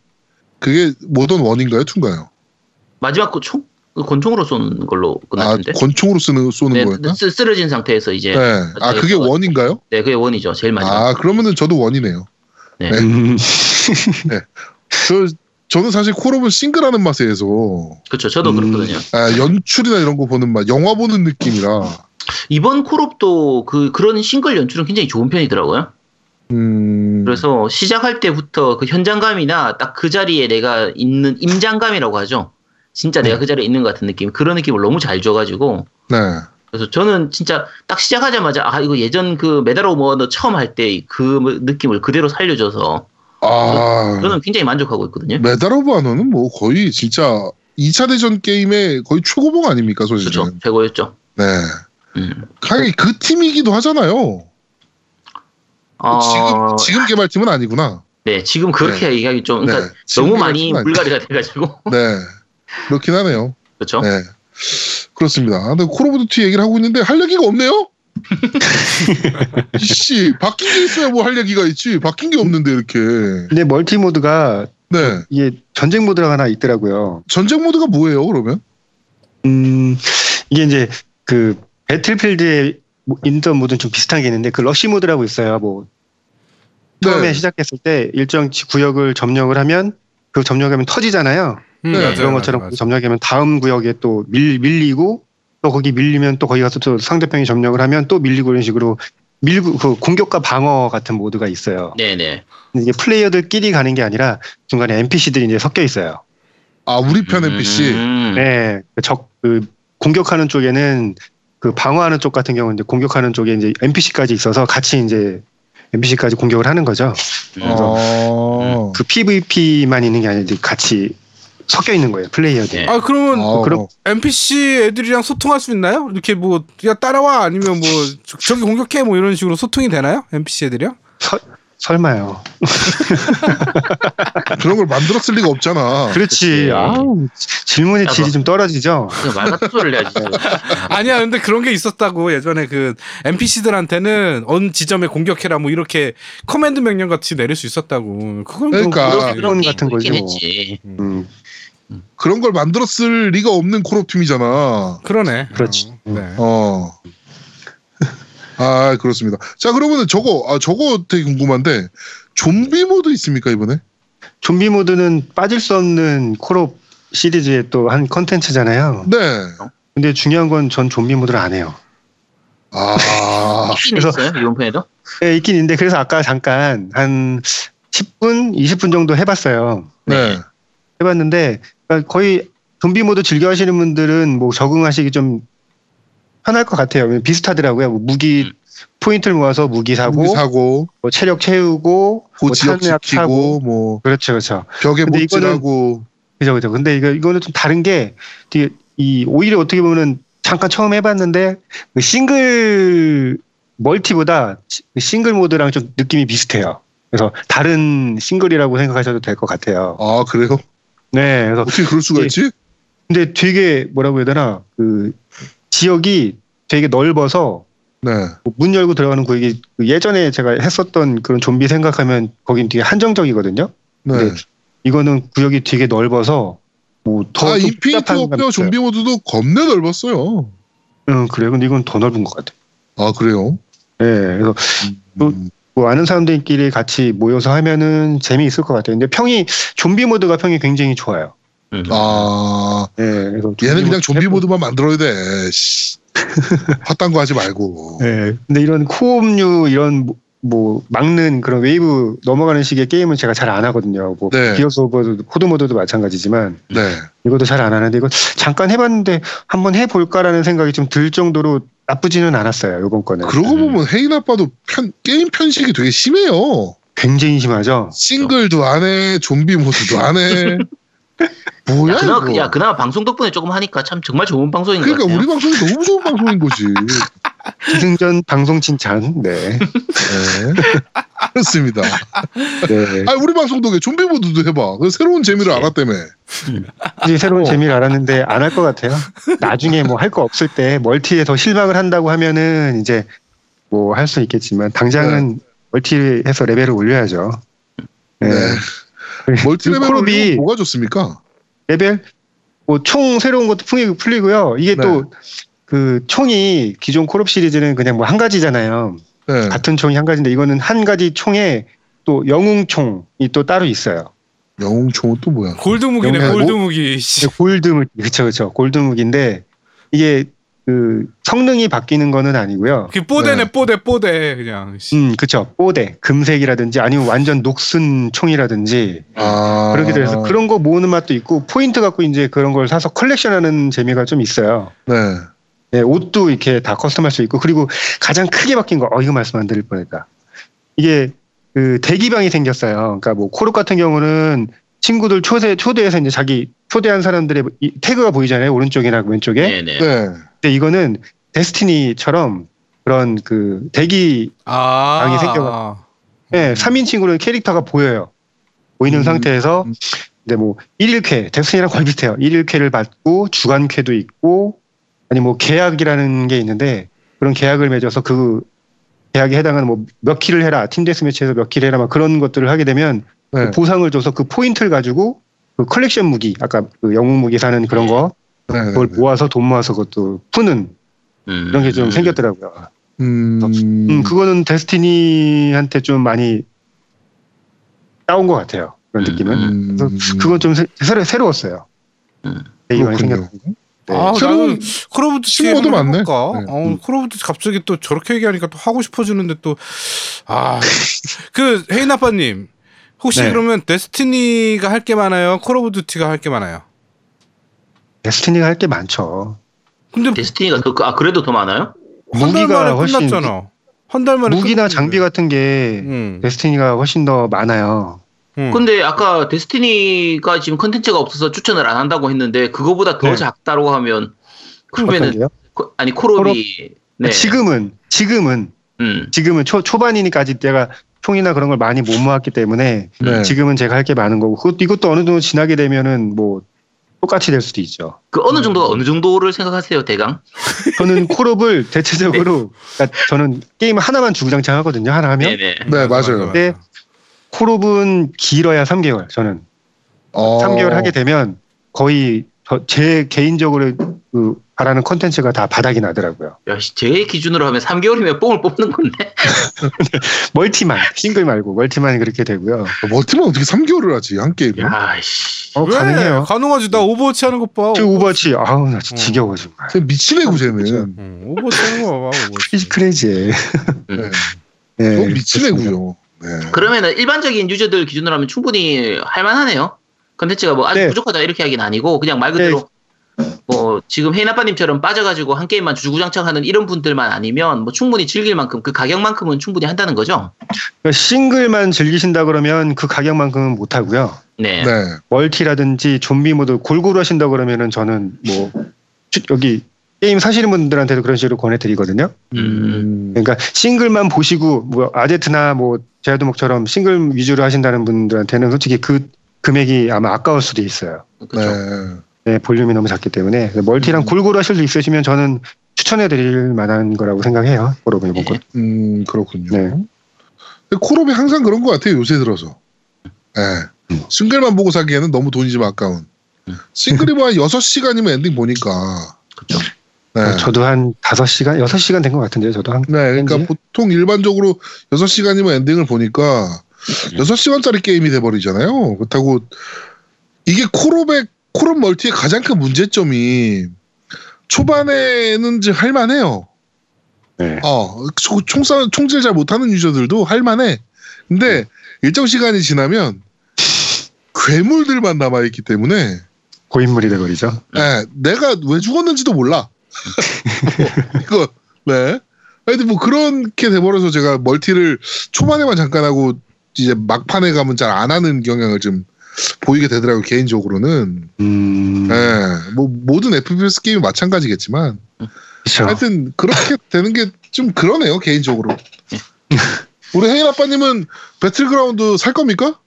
A: 그게 모던 원인가요, 2인가요?
D: 마지막 그 총, 그 권총으로 쏘는 걸로
A: 아,
D: 끝났는데. 네,
A: 권총으로 쓰는 쏘는 거였나?
D: 쓰, 쓰러진 상태에서 이제
A: 네.
D: 네.
A: 아, 그게 원인가요?
D: 그게 원이죠. 제일 마지막.
A: 아, 그러면은 저도 원이네요.
B: 음,
A: 저 그, 저는 사실 콜옵은 싱글하는 맛에 해서
D: 그렇죠. 저도
B: 음.
D: 그렇거든요.
A: 아, 연출이나 이런 거 보는 맛, 영화 보는 느낌이라.
D: 이번 콜옵도 그 그런 싱글 연출은 굉장히 좋은 편이더라고요.
A: 음,
D: 그래서 시작할 때부터 그 현장감이나 딱 그 자리에 내가 있는 임장감이라고 하죠. 진짜 내가 그 자리에 있는 것 같은 느낌 그런 느낌을 너무 잘 줘가지고
A: 네,
D: 그래서 저는 진짜 딱 시작하자마자 아 이거 예전 그 메달 오브 워너 처음 할 때 그 느낌을 그대로 살려줘서
A: 아
D: 저는 굉장히 만족하고 있거든요.
A: 메달 오브 아너는 뭐 거의 진짜 2차 대전 게임의 거의 최고봉 아닙니까
D: 그렇죠.
A: 소재는?
D: 최고였죠.
A: 네,
D: 음.
A: 하긴 그 팀이기도 하잖아요.
D: 어,
A: 지금 지금 개발팀은 아니구나.
D: 네 지금 그렇게 얘기하기 좀 그러니까
A: 네, 지금
D: 너무 많이
A: 개발팀은 아니-
D: 물갈이가 돼가지고
A: 네, 그렇긴 하네요.
D: 그렇죠.
A: 네, 그렇습니다. 근데 콜 오브 듀티 얘기를 하고 있는데 할 얘기가 없네요. 이씨 바뀐 게 있어야 뭐 할 얘기가 있지. 바뀐 게 없는데 이렇게.
B: 근데 멀티 모드가
A: 네.
B: 이게 전쟁 모드가 하나 있더라고요.
A: 전쟁 모드가 뭐예요 그러면?
B: 음, 이게 이제 그 배틀필드의 뭐 인던 모드는 좀 비슷한 게 있는데 그 러시 모드라고 있어요. 뭐 처음에
A: 네.
B: 시작했을 때 일정 지- 구역을 점령을 하면 그 점령하면 터지잖아요.
C: 음,
A: 네,
C: 맞아요,
B: 그런 것처럼
C: 맞아요,
B: 거기 점령하면 다음 구역에 또 밀, 밀리고 또 거기 밀리면 또 거기 가서 또 상대편이 점령을 하면 또 밀리고 이런 식으로 밀고 그 공격과 방어 같은 모드가 있어요.
D: 네네.
B: 근데 이게 플레이어들끼리 가는 게 아니라 중간에 NPC들이 이제 섞여 있어요.
A: 아 우리 편 NPC.
D: 음.
B: 네, 그 적, 그 공격하는 쪽에는 그 방어하는 쪽 같은 경우는 이제 공격하는 쪽에 이제 NPC까지 있어서 같이 이제 NPC까지 공격을 하는 거죠.
D: 음.
A: 어.
B: 그 PVP만 있는 게 아니라 이제 같이 섞여 있는 거예요, 플레이어들.
D: 네.
C: 아 그러면
A: 아,
B: 그럼-
C: NPC 애들이랑 소통할 수 있나요? 이렇게 뭐 야 따라와 아니면 뭐 저- 저기 공격해 뭐 이런 식으로 소통이 되나요? NPC 애들이랑?
B: 설마요.
A: 그런 걸 만들었을 리가 없잖아.
B: 어, 그렇지.
D: 그치.
B: 아우, 질문의
D: 야,
B: 질이
D: 너-
B: 좀 떨어지죠.
D: 그냥 말 같은 소리를 해야지. 진짜.
C: 아니야 근데 그런 게 있었다고 예전에 그 NPC들한테는 어느 지점에 공격해라 뭐 이렇게 커맨드 명령 같이 내릴 수 있었다고 그건 좀
A: 그러니까.
C: 그렇긴 해요.
B: 아, 그런 같은
D: 있긴
B: 거죠.
D: 했지.
B: 음,
A: 그런 걸 만들었을 리가 없는 코롭팀이잖아.
C: 그러네
B: 그렇지.
C: 어, 네.
A: 어. 아 그렇습니다. 자 그러면은 저거 아 저거 되게 궁금한데 좀비 모드 있습니까 이번에?
B: 좀비 모드는 빠질 수 없는 콜옵 시리즈의 또 한 컨텐츠잖아요.
A: 네.
B: 근데 중요한 건 전 좀비 모드를 안 해요.
A: 아
D: 있긴
B: 그래서-
D: 있어요? 이번 편에도?
B: 네, 있긴 있는데 그래서 아까 잠깐 한 10분, 20분 정도 해봤어요.
A: 네.
B: 해봤는데 그러니까 거의 좀비 모드 즐겨 하시는 분들은 뭐 적응하시기 좀 편할 것 같아요. 비슷하더라고요. 뭐 무기
D: 음.
B: 포인트를 모아서 무기 사고,
A: 사고 사고
B: 뭐 체력 채우고, 뭐
A: 고 지역
B: 탄약
A: 지키고 뭐
B: 그렇죠, 그렇죠.
A: 벽에 뭐
B: 근데 이거는-
A: 못질하고
B: 그죠, 그죠. 근데 이거 이거는 좀 다른 게 되게 이 오히려 어떻게 보면은 잠깐 처음 해봤는데 그 싱글 멀티보다 시- 그 싱글 모드랑 좀 느낌이 비슷해요. 그래서 다른 싱글이라고 생각하셔도 될 것 같아요.
A: 아 그래요?
B: 네, 그래서
A: 어떻게 그럴 수가
B: 예.
A: 있지?
B: 근데 되게 뭐라고 해야 되나 그 지역이 되게 넓어서
A: 네.
B: 뭐문 열고 들어가는 구역이 그 예전에 제가 했었던 그런 좀비 생각하면 거긴 되게 한정적이거든요.
A: 네.
B: 네. 이거는 구역이 되게 넓어서 뭐더
A: 아 인피니트 워페어 좀비 모드도 겁내 넓었어요.
B: 응, 그래요. 근데 이건 더 넓은 것 같아요.
A: 아 그래요?
B: 예, 그래서 또-
A: 음,
B: 뭐 아는 사람들끼리 같이 모여서 하면은 재미있을 것 같아요. 근데 평이 좀비 모드가 평이 굉장히 좋아요.
D: 음.
A: 아
B: 예, 그래서 좀비
A: 얘는
B: 모드
A: 그냥 좀비
B: 해보-
A: 모드만 만들어야 돼. 씨. 헛단 거 하지 말고.
B: 예, 근데 이런 코옵류 이런 뭐- 뭐 막는 그런 웨이브 넘어가는 식의 게임은 제가 잘 안 하거든요. 뭐
A: 네.
B: 비어스 오브 코드 모드도 마찬가지지만
A: 네.
B: 이것도 잘 안 하는데 이거 잠깐 해봤는데 한번 해볼까라는 생각이 좀 들 정도로 나쁘지는 않았어요. 이번 거는
A: 그러고
D: 음.
A: 보면 혜인 아빠도 편- 게임 편식이 되게 심해요.
B: 굉장히 심하죠.
A: 싱글도 안 해, 좀비 모드도 안 해. 뭐야
D: 야, 그나마,
A: 이거?
D: 야, 그나마 방송 덕분에 조금 하니까 참 정말 좋은 방송인 것
A: 그러니까
D: 같아요.
A: 우리 방송이 너무 좋은 방송인 거지.
B: 기승전 방송 칭찬. 네.
A: 네. 그렇습니다.
B: 네.
A: 아 우리 방송도 그 좀비 모드도 해봐. 그 새로운 재미를 알았다며.
B: 이제
A: 어.
B: 새로운 재미를 알았는데 안 할 것 같아요. 나중에 뭐 할 거 없을 때 멀티에 더 실망을 한다고 하면은 이제 뭐 할 수 있겠지만 당장은 멀티에서 레벨을 올려야죠. 네.
A: 네.
B: 그
A: 멀티레벨
B: 콜옵이-
A: 올리면 뭐가 좋습니까?
B: 레벨 뭐 총 새로운 것도 풀리- 풀리고요. 이게
A: 네.
B: 또 그 총이 기존 콜옵 시리즈는 그냥 뭐 한 가지잖아요.
A: 네.
B: 같은 총이 한 가지인데 이거는 한 가지 총에 또 영웅 총이 또 따로 있어요.
A: 영웅총은 또 뭐야?
C: 골드 무기네
A: 영향-
C: 골드 무기 씨.
B: 골드 무기 그쵸 그쵸 골드 무기인데 이게 그 성능이 바뀌는 거는 아니고요.
C: 그 뽀대네
A: 네.
C: 뽀대 뽀대 그냥 씨.
B: 음, 그쵸. 뽀대, 금색이라든지 아니면 완전 녹슨 총이라든지
A: 아
B: 그런 게 들어서 그런 거 모으는 맛도 있고 포인트 갖고 이제 그런 걸 사서 컬렉션하는 재미가 좀 있어요.
A: 네.
B: 네, 옷도 이렇게 다 커스텀할 수 있고 그리고 가장 크게 바뀐 거, 어 이거 말씀 안 드릴 뻔했다. 이게 그 대기방이 생겼어요. 그러니까 뭐 코룹 같은 경우는 친구들 초대 초대해서 이제 자기 초대한 사람들의 이 태그가 보이잖아요. 오른쪽이나 왼쪽에.
D: 네네.
A: 네.
B: 근데 이거는 데스티니처럼 그런 그 대기
C: 아
B: 방이 생겨가- 예, 3인 친구는 캐릭터가 보여요. 보이는
A: 음.
B: 상태에서
A: 음.
B: 근데 뭐 1일캐, 덱슨이랑 거의 비슷해요. 1일캐를 받고 주간캐도 있고 아니 뭐 계약이라는 게 있는데 그런 계약을 맺어서 그 계약에 해당하는 뭐 몇 킬을 해라 팀데스 매치에서 몇 킬을 해라 막 그런 것들을 하게 되면
A: 네.
B: 보상을 줘서 그 포인트를 가지고 그 컬렉션 무기 아까 그 영웅 무기 사는 그런 거
A: 네,
B: 그걸
A: 네.
B: 모아서 돈 모아서 그것도 푸는
D: 음.
B: 그런 게 좀
D: 음.
B: 생겼더라고요.
A: 음,
B: 음, 그거는 데스티니한테 좀 많이 따온 것 같아요. 그런
D: 음,
B: 느낌은.
A: 음,
B: 그래서 그건 좀 새, 새로, 새로웠어요.
D: 음.
B: 되게 많이
A: 그렇군요.
B: 생겼. 네.
C: 아,
A: 새로운
C: 나는 콜 오브 듀티
A: 신모도
C: 한번
A: 많네.
C: 해볼까?
A: 네.
C: 어,
A: 음.
C: 콜 오브 듀티 갑자기 또 저렇게 얘기하니까 또 하고 싶어지는데 또 아. 그 헤인 아빠님. 혹시
B: 네.
C: 그러면 데스티니가 할 게 많아요? 콜 오브 듀티가 할 게 많아요?
B: 데스티니가 할 게 많죠.
C: 근데
D: 데스티니가 더, 아, 그래도 더 많아요?
C: 한 달 만에
B: 무기가 훨씬
C: 끝났잖아. 한 달 만에
B: 무기나 네.
C: 끝났는데. 음.
B: 장비 같은 게
C: 응.
B: 데스티니가 훨씬 더 많아요.
C: 응.
D: 근데 아까 데스티니가 지금 컨텐츠가 없어서 추천을 안 한다고 했는데 그거보다 더
B: 네.
D: 작다고 하면
B: 어떤
D: 그러면은
B: 게요? 아,
D: 코- 아니 콜옵이 네.
B: 지금은 지금은
D: 음.
B: 지금은 초 초반이니까지 내가 총이나 그런 걸 많이 못 모았기 때문에
A: 네.
B: 지금은 제가 할 게 많은 거고 그것 이것도 어느 정도 지나게 되면은 뭐 똑같이 될 수도 있죠.
D: 그 어느 정도가 어느 정도를 생각하세요 대강?
B: 저는 콜옵을 대체적으로 그러니까 저는 게임 하나만 주구장창 하거든요. 하나 하면
D: 네네.
A: 네, 맞아요.
B: 네. 콜옵은 길어야 3개월 저는
A: 어,
B: 3개월 아. 하게 되면 거의 저- 제 개인적으로 그 바라는 컨텐츠가 다 바닥이 나더라고요.
D: 야, 씨, 제 기준으로 하면 3개월이면 뽕을 뽑는 건데.
B: 멀티만 싱글 말고 멀티만 그렇게 되고요.
A: 멀티만 어떻게 3개월을 하지 한 게임?
B: 음?
D: 야, 씨.
B: 어,
C: 왜?
B: 가능해요.
C: 가능하지. 나 오버워치 하는 것
A: 어,
C: 봐.
B: 저
A: 뭐
B: 오버워치 아우 나 진짜
C: 어.
B: 지겨워 정말.
A: 미치네 구제는.
B: 그죠.
C: 응, 음, 오버워치 하는 거 봐.
B: 크레이지
C: 오버워치.
B: 크레이지.
A: 네.
D: 음.
B: 네,
A: 너무 어, 미치네
B: 그렇습니다.
A: 구죠. 네.
D: 그러면은 일반적인 유저들 기준으로 하면 충분히 할만하네요. 컨텐츠가 뭐 아주
B: 네.
D: 부족하다 이렇게 하긴 아니고 그냥 말 그대로 뭐 지금 헤이나빠님처럼 빠져가지고 한 게임만 주구장창하는 이런 분들만 아니면 뭐 충분히 즐길 만큼 그 가격만큼은 충분히 한다는 거죠.
B: 그러니까 싱글만 즐기신다 그러면 그 가격만큼은 못 하고요.
D: 네.
A: 네.
B: 멀티라든지 좀비 모드 골고루 하신다 그러면은 저는 뭐 추- 여기 게임 사시는 분들한테도 그런 식으로 권해드리거든요.
D: 음.
B: 그러니까 싱글만 보시고 뭐 아제트나 뭐 제아도목처럼 싱글 위주로 하신다는 분들한테는 솔직히 그 금액이 아마 아까울 수도 있어요.
D: 그렇죠.
A: 네.
B: 네, 볼륨이 너무 작기 때문에 멀티랑
A: 음.
B: 골고루 하실 수 있으시면 저는 추천해드릴 만한 거라고 생각해요. 여러분 이번 건.
A: 음 그렇군요.
B: 네.
A: 근데 콜옵이 항상 그런 것 같아요 요새 들어서. 예. 싱글만 보고 사기에는 너무 돈이 좀 아까운.
D: 음.
A: 싱글이 뭐한 6시간이면 엔딩 보니까.
D: 그렇죠.
A: 네.
B: 저도 한 5시간, 6시간 된 것 같은데요. 저도 한
A: 네, 그러니까
B: 엔딩?
A: 보통 일반적으로 6시간이면 엔딩을 보니까 6시간짜리 게임이 돼버리잖아요. 그렇다고 이게 콜옵의 콜옵 멀티의 가장 큰 문제점이 초반에는 이제 할만해요.
B: 네.
A: 어, 초- 총싸, 총질 잘 못하는 유저들도 할만해. 근데 일정 시간이 지나면 괴물들만 남아있기 때문에
B: 고인물이 돼버리죠.
A: 네, 내가 왜 죽었는지도 몰라. 이거, 네. 하여튼 뭐 그렇게 돼버려서 제가 멀티를 초반에만 잠깐 하고 이제 막판에 가면 잘 안 하는 경향을 좀 보이게 되더라고요, 개인적으로는.
B: 음,
A: 네, 뭐 모든 FPS 게임이 마찬가지겠지만.
B: 그렇죠.
A: 하여튼 그렇게 되는 게 좀 그러네요, 개인적으로. 우리 혜인 아빠님은 배틀그라운드 살 겁니까?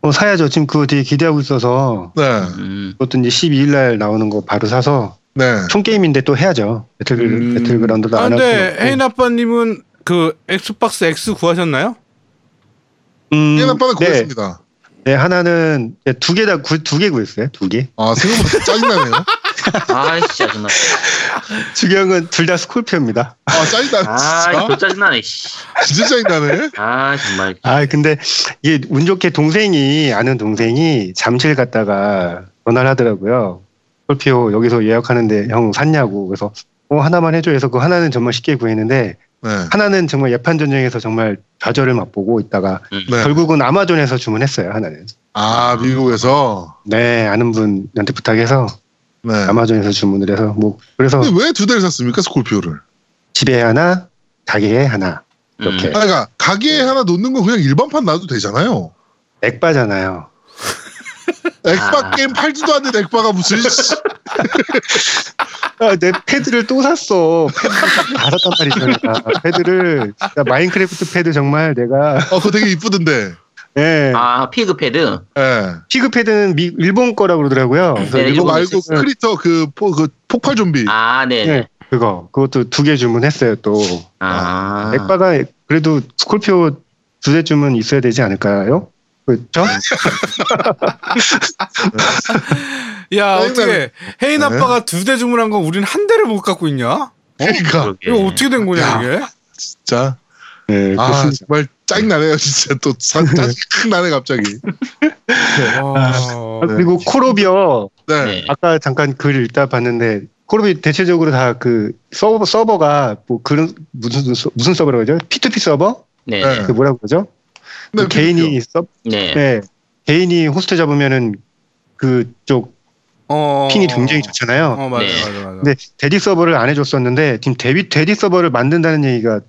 B: 어, 사야죠. 지금 그거 되게 기대하고 있어서
A: 네,
D: 음.
B: 그것도 이제 12일 날 나오는 거 바로 사서
A: 네.
B: 총게임인데 또 해야죠. 배틀,
C: 음.
B: 배틀그라운드도
C: 아,
B: 안
C: 근데
B: 하고.
C: 헤인 아빠님은 그 엑스박스 X 구하셨나요?
B: 음,
A: 혜인 아빠는
B: 네,
A: 구했습니다.
B: 네, 하나는 두 개 다 두 개 구했어요. 두 개.
A: 아, 생각보다 짜증나네요.
D: 아이 씨 짜증나.
B: 중요한 건 둘 다 스콜피오입니다.
A: 아, 짜증나.
B: 어?
D: 아이 또 짜증나네. 씨.
A: 진짜 짜증나네.
D: 아 정말.
B: 아, 근데 이게 운 좋게 동생이 아는 동생이 잠실 갔다가 전화를 하더라고요. 스콜피오 여기서 예약하는데 형 샀냐고. 그래서 어 하나만 해줘 해서 그 하나는 정말 쉽게 구했는데
A: 네.
B: 하나는 정말 예판 전쟁에서 정말 좌절을 맛보고 있다가
A: 네.
B: 결국은 아마존에서 주문했어요 하나는.
A: 아, 미국에서.
B: 네 아는 분한테 부탁해서
A: 네.
B: 아마존에서 주문을 해서 뭐 그래서
A: 근데 왜 두 대를 샀습니까, 스콜피오를? 아,
B: 집에 하나 가게에 하나
D: 음.
B: 이렇게
A: 아, 그러니까 가게에
B: 네.
A: 하나 놓는 건 그냥 일반판 놔도 되잖아요.
B: 액바잖아요.
A: 액바
D: 아.
A: 게임 팔지도 않는 액바가 무슨 씨.
B: 아, 내 패드를 또 샀어. 패드 다 샀단 말이죠. 내가. 패드를 나 마인크래프트 패드 정말 내가
A: 어, 그거 되게 이쁘던데.
B: 예.
D: 아 피그패드.
A: 예.
B: 피그 패드는 미- 일본 거라고 그러더라고요. 그래서
D: 네,
A: 이거
D: 일본
A: 말고
D: 있었어요.
A: 크리터 그, 포, 그 폭발 좀비.
D: 아 네.
B: 예. 그거 그것도 두 개 주문했어요 또.
D: 아.
B: 액바가 그래도 스콜피오 두 대 주문 있어야 되지 않을까요? 그렇죠?
C: 야
A: 아니,
C: 어떻게 헤인
A: 네.
C: 아빠가 두 대 주문한 건 우린 한 대를 못 갖고 있냐?
A: 그러니까
D: 그러게.
C: 이거 어떻게 된 거냐
A: 야.
C: 이게?
A: 진짜
B: 네,
A: 아
B: 그렇습니다.
A: 정말 짜증 나네요 진짜 또 사- 짜증 나네 갑자기.
C: 와.
B: 아, 그리고 코로비어
A: 네.
D: 네.
B: 아까 잠깐 글 읽다 봤는데 코로비 대체적으로 다 그 서버 서버가 뭐 그런 무슨 서- 무슨 서버라고 하죠? P2P 서버?
D: 네.
A: 네.
D: 네.
B: 그 뭐라고 그러죠?
A: 근데 그러니까.
B: 그 개인이 서버
D: 네.
B: 네. 개인이 호스트 잡으면은 그쪽
C: 어.
B: 핑이 굉장히 좋잖아요.
C: 어 맞아
D: 네.
C: 맞아 맞아.
B: 근데 대리 서버를 안 해줬었는데 지금 대비 대리 서버를 만든다는 얘기가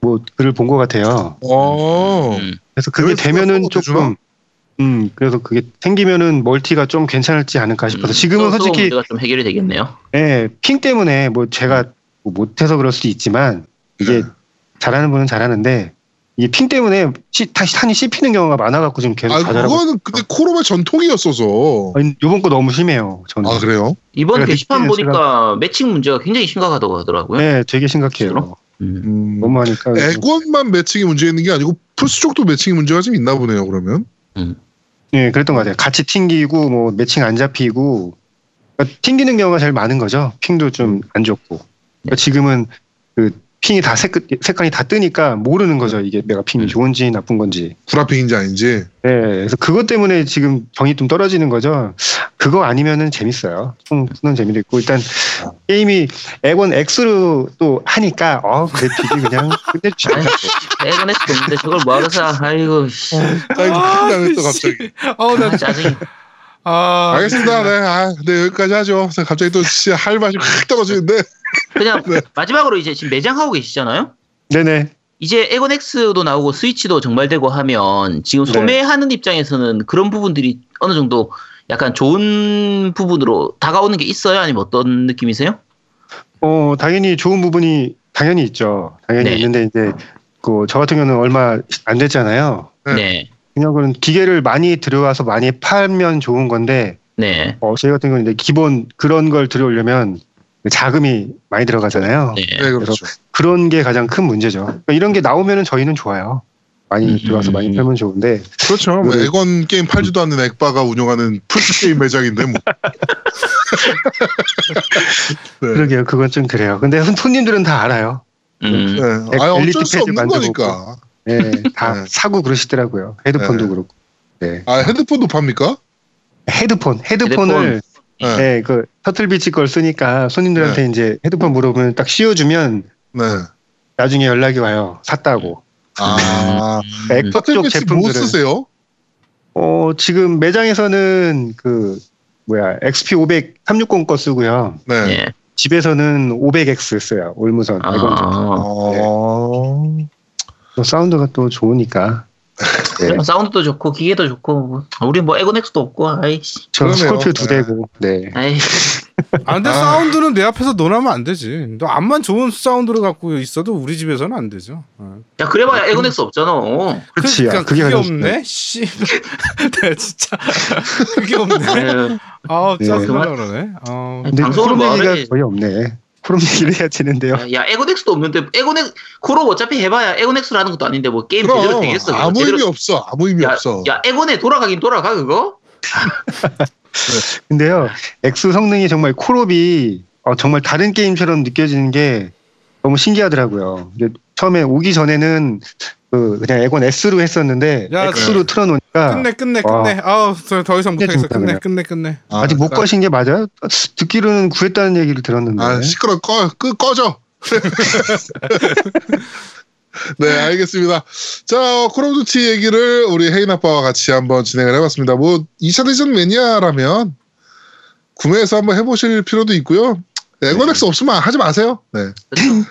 B: 뭐 글을 본 것 같아요.
A: 어.
D: 음.
B: 그래서 그게
A: 대리 서버
B: 되면은
A: 서버 대주나?
B: 조금 음 그래서 그게 생기면은 멀티가 좀 괜찮을지 않을까 싶어서 지금은
D: 서- 서버
B: 솔직히
D: 음. 문제가 좀 해결이 되겠네요.
B: 예, 핑 때문에 뭐 제가 뭐 못해서 그럴 수도 있지만 이게
A: 네.
B: 잘하는 분은 잘하는데 이게 핑 때문에 시, 다시 탄이 씹히는 경우가 많아갖고 지금 계속
A: 아
B: 좌절하고
A: 그거는 근데 코로나 전통이었어서.
B: 있- 아니, 요번 거 너무 심해요 저는
A: 아 그래요?
D: 이번
B: 그래,
D: 게시판
B: 닉네임
D: 보니까 매칭 문제가 굉장히 심각하다고 하더라고요.
B: 네 되게 심각해요
D: 그럼? 음.
A: 음.
B: 너무 하니까
A: 액원만 매칭이 문제 있는 게 아니고 플스 쪽도 매칭이 문제가 좀 있나 보네요. 그러면
B: 예, 그랬던 것 같아요. 같이 튕기고 뭐 매칭 안 잡히고 그러니까 튕기는 경우가 제일 많은 거죠. 핑도 좀 안 좋고
A: 네.
B: 그러니까 지금은 그 핑이 다 색, 색깔이 다 뜨니까 모르는 거죠. 이게 내가 핑이
D: 음.
B: 좋은지 나쁜 건지.
A: 구라핑인지 아닌지.
B: 예, 그래서 그것 때문에 지금 정이 좀 떨어지는 거죠. 그거 아니면은 재밌어요. 푸는 푸는 재미도 있고 일단 게임이 액원 X로 또 하니까 어 그래픽이 그냥 끝내주죠.
D: 애간에서 보는데 저걸 뭐하러 사? 아이고. 씨.
A: 아이고 당했어 갑자기.
C: 어나
D: 아, 짜증.
C: 아.
A: 알겠습니다. 네, 아, 네 여기까지 하죠. 갑자기 또 진짜 할 맛이 확 떨어지는데. 네,
D: 그냥 마지막으로 이제 지금 매장하고 계시잖아요.
B: 네네.
D: 이제 에고넥스도 나오고 스위치도 정발되고 하면 지금
B: 네.
D: 소매하는 입장에서는 그런 부분들이 어느 정도 약간 좋은 부분으로 다가오는 게 있어요? 아니면 어떤 느낌이세요?
B: 어, 당연히 좋은 부분이 당연히 있죠. 당연히
D: 네.
B: 있는데 이제 그 저 같은 경우는 얼마 안 됐잖아요.
A: 네.
D: 네.
B: 그냥 그런 기계를 많이 들여와서 많이 팔면 좋은 건데
D: 네.
B: 어, 저희 같은 경우는 이제 기본 그런 걸 들여오려면 그 자금이 많이 들어가잖아요.
D: 네.
A: 네 그렇죠.
B: 그런 게 가장 큰 문제죠. 그러니까 이런 게 나오면은 저희는 좋아요. 많이
D: 음,
B: 들어와서 많이
D: 음.
B: 팔면 좋은데
A: 그렇죠. 뭐
B: 네.
A: 액원 게임 팔지도 않는 액바가 운영하는 플스 게임 매장인데 뭐. 네.
B: 그러게요. 그건 좀 그래요. 근데 손- 손님들은 다 알아요.
D: 음.
A: 네. 아 어쩔
B: 엘리트
A: 수
B: 패드
A: 없는
B: 만들어
A: 거니까.
B: 예, 다
A: 네.
B: 사고 그러시더라고요. 헤드폰도
A: 네.
B: 그렇고. 네.
A: 아 헤드폰도 팝니까?
B: 헤드폰, 헤드폰을
A: 네. 네.
B: 네, 그 터틀비치 걸 쓰니까 손님들한테 이제 헤드폰 물어보면 딱 씌워주면
A: 네.
B: 나중에 연락이 와요. 샀다고.
A: 아.
D: 음.
B: 액-
A: 터틀
B: 음, 그쪽
A: 패치 뭐
B: 제품들은-
A: 쓰세요?
B: 어, 지금 매장에서는 그 뭐야 XP500 360 거 쓰고요.
A: 네.
D: 네.
B: 집에서는 500X 써요. 올무선.
D: 아,
B: 이건
A: 어.
B: 예. 또 사운드가 또 좋으니까. 네.
D: 그럼 사운드도 좋고 기계도 좋고 뭐. 우리 뭐 에고넥스도 없고 아이씨.
B: 저
A: 그러네요.
B: 스콜피오 두
A: 네.
B: 대고. 네.
D: 아이.
C: 아, 근데
A: 아.
C: 사운드는 내 앞에서 논하면 안 되지. 너 암만 좋은 사운드를 갖고 있어도 우리 집에서는 안 되죠. 어.
D: 야 그래봐야 에고넥스 없잖아. 어.
B: 그렇지. 야,
C: 그러니까
B: 그게
C: 그게,
B: 가장
C: 없네. 씨. 내가 진짜 그게 없네.
D: 네.
C: 아,
B: 네.
C: 짜증나 그러네. 어.
B: 근데
D: 방송을
B: 코롬
D: 뭐
B: 얘기가
D: 하래?
B: 거의 없네. 코롬 얘기를 해야 되는데요.
D: 야 에고넥스도 없는데 에고넥 고로 어차피 해봐야 에고넥스라는 것도 아닌데 뭐 게임 제대로
A: 그럼
D: 되겠어. 그거
A: 아무
D: 제대로-
A: 의미 없어. 아무 의미
D: 야,
A: 없어.
D: 야 에고네 돌아가긴 돌아가 그거.
B: 근데요, X 성능이 정말 콜옵이 어, 정말 다른 게임처럼 느껴지는 게 너무 신기하더라고요. 이게 처음에 오기 전에는 그 그냥 에건 S로 했었는데
C: 야,
B: X로 틀어놓으니까
C: 끝내 끝내 끝내. 아우, 더, 더 이상 못 하겠어.
B: 아. 끝내줍니다,
C: 끝내
B: 그냥.
C: 끝내 끝내.
A: 아,
B: 아직 못
A: 아,
B: 거신 게 맞아요? 듣기로는 구했다는 얘기를 들었는데
A: 아 시끄러 꺼, 끄, 꺼져. 네 알겠습니다. 자 어, 콜옵듀티 얘기를 우리 헤인 아빠와 같이 한번 진행을 해봤습니다. 뭐 2차 대전 매니아라면 구매해서 한번 해보실 필요도 있고요. 네, 에고넥스 없으면 하지 마세요. 네
D: 그렇죠.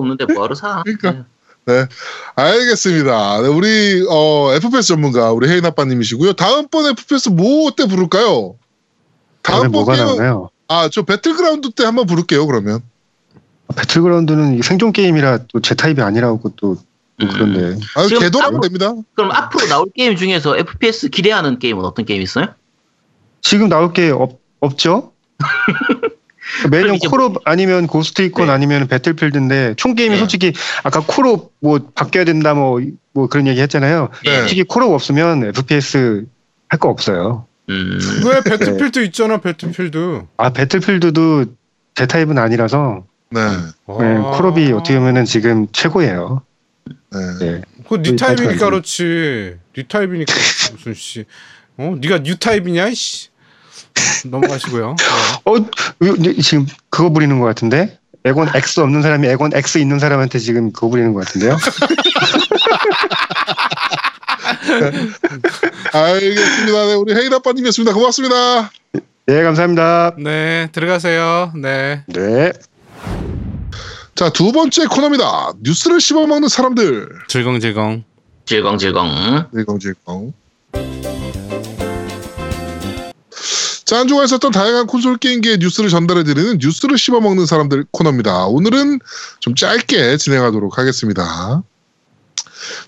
D: 없는데 뭐하러 사?
A: 그러니까. 알겠습니다. 네, 우리 어, FPS 전문가 우리 헤인 아빠님이시고요. 다음번 FPS 뭐 때 부를까요?
B: 다음에
A: 다음번
B: 뭐가
A: 게임
B: 나오나요?
A: 아저 배틀그라운드 때 한번 부를게요 그러면.
B: 배틀그라운드는 아, 이 생존 게임이라 또 제 타입이 아니라고 또
D: 음.
B: 그런데
A: 아
D: 지금
A: 개도하면
D: 아무-
A: 됩니다.
D: 그럼 앞으로 나올 게임 중에서 FPS 기대하는 게임은 어떤 게임 있어요?
B: 지금 나올 게 없, 없죠? 매년
D: 이제
B: 콜옵 아니면 고스트 이콘
D: 네.
B: 아니면 배틀필드인데 총 게임이
D: 네.
B: 솔직히 아까 콜옵 뭐 바뀌어야 된다 뭐, 뭐 그런 얘기 했잖아요.
D: 예,
A: 네.
B: 솔직히 콜옵 없으면 FPS 할 거 없어요.
D: 음,
C: 왜 배틀필드
B: 네.
C: 있잖아 배틀필드.
B: 아 배틀필드도 제 타입은 아니라서
A: 네.
B: 네,
C: 아.
B: 콜옵이 어떻게 보면은 지금 최고예요.
A: 네.
B: 네.
C: 그거 네 타입이니까
B: 그러니까.
C: 그렇지. 네 타입이니까 무슨 씨. 어? 네가 뉴 타입이냐 씨. 넘어가시고요. 네.
B: 어 이거 이제 지금 그거 부리는 것 같은데 에곤 X 없는 사람이 에곤 X 있는 사람한테 지금 그거 부리는 것 같은데요.
A: 알겠습니다. 네, 우리 헤이 아빠님이었습니다. 고맙습니다.
B: 네 감사합니다.
C: 네, 들어가세요. 네.
B: 네.
A: 자, 두 번째 코너입니다. 뉴스를 씹어먹는 사람들.
C: 즐겅즐겅.
D: 질겅질겅.
A: 일광질광. 자, 한 주간 있었던 다양한 콘솔 게임기의 뉴스를 전달해드리는 뉴스를 씹어먹는 사람들 코너입니다. 오늘은 좀 짧게 진행하도록 하겠습니다.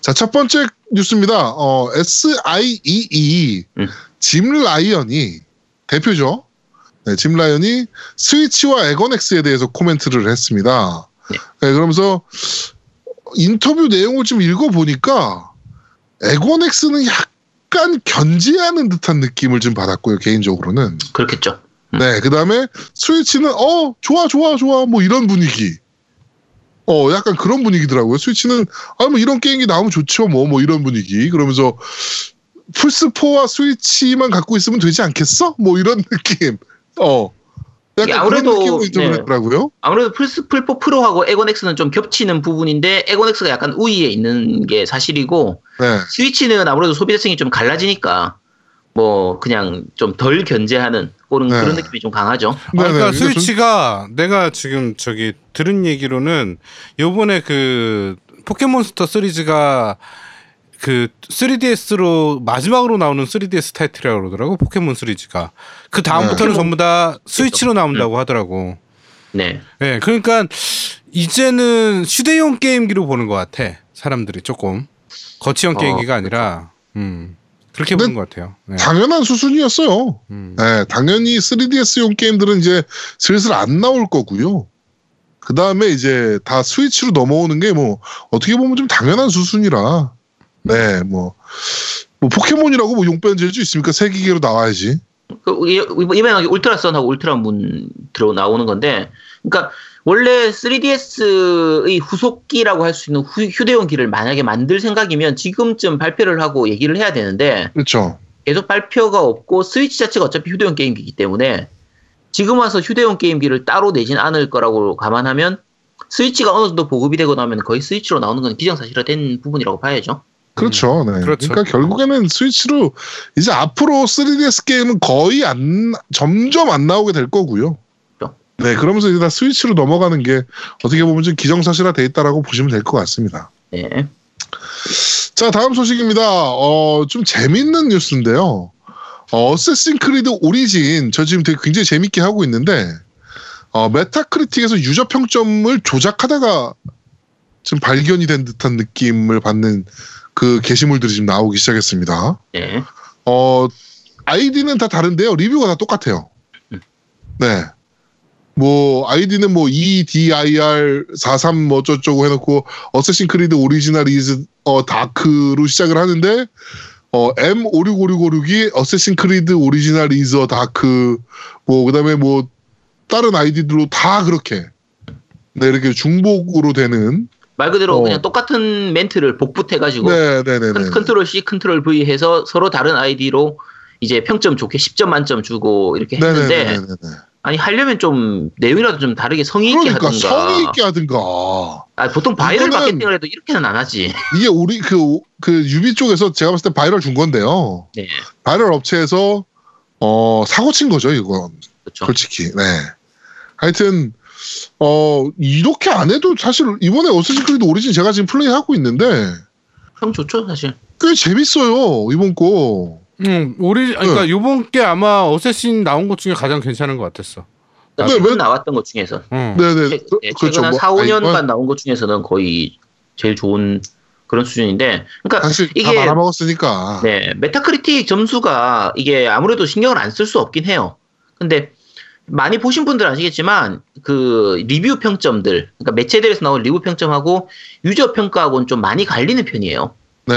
A: 자, 첫 번째 뉴스입니다. 어, SIEE,
D: 음.
A: E. 짐 라이언이, 대표죠? 네, 짐 라이언이 스위치와 에건엑스에 대해서 코멘트를 했습니다.
D: 네.
A: 네, 그러면서 인터뷰 내용을 좀 읽어보니까 에고넥스는 약간 견제하는 듯한 느낌을 좀 받았고요 개인적으로는
D: 그렇겠죠.
A: 네 그다음에 스위치는 어 좋아 좋아 좋아 뭐 이런 분위기 어 약간 그런 분위기더라고요 스위치는 아 뭐 이런 게임이 나오면 좋죠 뭐 뭐 이런 분위기 그러면서 플스 4와 스위치만 갖고 있으면 되지 않겠어 뭐 이런 느낌 어 약간
D: 아무래도,
A: 그런 느낌을 좀
D: 네.
A: 했더라고요
D: 아무래도 플스 풀포 프로하고 에고넥스는 좀 겹치는 부분인데 에고넥스가 약간 우위에 있는 게 사실이고
A: 네
D: 스위치는 아무래도 소비자층이 좀 갈라지니까 뭐 그냥 좀 덜 견제하는 그런
A: 네.
D: 그런 느낌이 좀 강하죠.
C: 아, 그러니까
A: 네네, 이게 좀-
C: 스위치가 내가 지금 저기 들은 얘기로는 요번에 그 포켓몬스터 시리즈가 그 3DS로 마지막으로 나오는 3DS 타이틀이라고 그러더라고 포켓몬 시리즈가 그 다음부터는
D: 네.
C: 전부 다 스위치로
A: 그렇죠.
C: 나온다고 하더라고.
D: 네.
C: 예, 그러니까 이제는 휴대용 게임기로 보는 것 같아 사람들이 조금 거치형
D: 어,
C: 게임기가 아니라 음 그렇게
A: 그렇죠. 근데
C: 보는 것 같아요. 예,
A: 당연한 수순이었어요
C: 음.
A: 네, 당연히 3DS용 게임들은 이제 슬슬 안 나올 거고요. 그 다음에 이제 다 스위치로 넘어오는 게 뭐 어떻게 보면 좀 당연한 수순이라. 네, 뭐, 뭐 포켓몬이라고 뭐 용변 질주 있습니까? 세 기계로 나와야지.
D: 그 이- 이번에 울트라 선하고 울트라 문 들어 나오는 건데, 그러니까 원래 3DS의 후속기라고 할 수 있는 후- 휴대용기를 만약에 만들 생각이면 지금쯤 발표를 하고 얘기를 해야 되는데
A: 그렇죠.
D: 계속 발표가 없고 스위치 자체가 어차피 휴대용 게임기이기 때문에 지금 와서 휴대용 게임기를 따로 내진 않을 거라고 감안하면 스위치가 어느 정도 보급이 되고 나면 거의 스위치로 나오는 건 기정사실화된 부분이라고 봐야죠.
A: 그렇죠. 네. 그
C: 그렇죠.
A: 러니까 결국에는 스위치로 이제 앞으로 3DS 게임은 거의 안 점점 안 나오게 될 거고요.
D: 그렇죠.
A: 네, 그러면서 이제 다 스위치로 넘어가는 게 어떻게 보면 좀 기정사실화 돼 있다라고 보시면 될 것 같습니다.
D: 네.
A: 자, 다음 소식입니다. 어, 좀 재밌는 뉴스인데요. 어, 어쌔신 크리드 오리진, 저 지금 되게 굉장히 재밌게 하고 있는데, 어, 메타크리틱에서 유저 평점을 조작하다가 지금 발견이 된 듯한 느낌을 받는 그 게시물들이 지금 나오기 시작했습니다.
D: 네.
A: 어, 아이디는 다 다른데요. 리뷰가 다 똑같아요.
D: 음.
A: 네. 뭐, 아이디는 뭐, EDIR43 뭐, 어쩌고 해놓고, 어쌔신 크리드 오리지널 이즈, 어, 다크로 시작을 하는데, 어, M56556이 어쌔신 크리드 오리지널 이즈 어 다크, 뭐, 그 다음에 뭐, 다른 아이디들로 다 그렇게, 네, 이렇게 중복으로 되는,
D: 말 그대로
A: 어.
D: 그냥 똑같은 멘트를 복붙해가지고
A: 네네네네.
D: 컨- 컨트롤 C, 컨트롤 V 해서 서로 다른 아이디로 이제 평점 좋게 10점 만점 주고 이렇게 했는데
A: 네네네네.
D: 아니 하려면 좀 내용이라도 좀 다르게 성의 있게
A: 그러니까,
D: 하든가.
A: 성의 있게 하든가.
D: 아, 보통 바이럴
A: 이거는-
D: 마케팅을 해도 이렇게는 안 하지.
A: 이게 우리 그, 그 유비 쪽에서 제가 봤을 때 바이럴 준 건데요.
D: 네,
A: 바이럴 업체에서 어, 사고 친 거죠, 이건.
D: 그렇죠.
A: 솔직히. 네. 하여튼 어, 이렇게 안 해도 사실 이번에 어쌔신 크리드 오리진 제가 지금 플레이하고 있는데
D: 평 좋죠 사실.
A: 꽤 재밌어요. 이번 거.
C: 음, 우리
A: 네.
C: 그러니까 요번 게 아마 어쌔신 나온 것 중에 가장 괜찮은 것 같았어.
A: 근데
D: 지금
A: 네, 왜-
D: 나왔던 것 중에서
C: 음.
A: 네네.
D: 최,
A: 그-
D: 네, 최근 한 4,
A: 아, 이건
D: 5년간 나온 것 중에서는 거의 제일 좋은 그런 수준인데, 그러니까 네,
A: 사실 다
D: 이게-
A: 말아먹었으니까.
D: 네 메타크리틱 점수가 이게 아무래도 신경을 안 쓸 수 없긴 해요. 근데 많이 보신 분들은 아시겠지만 그 리뷰 평점들 그러니까 매체들에서 나온 리뷰 평점하고 유저 평가하고는 좀 많이 갈리는 편이에요.
A: 네.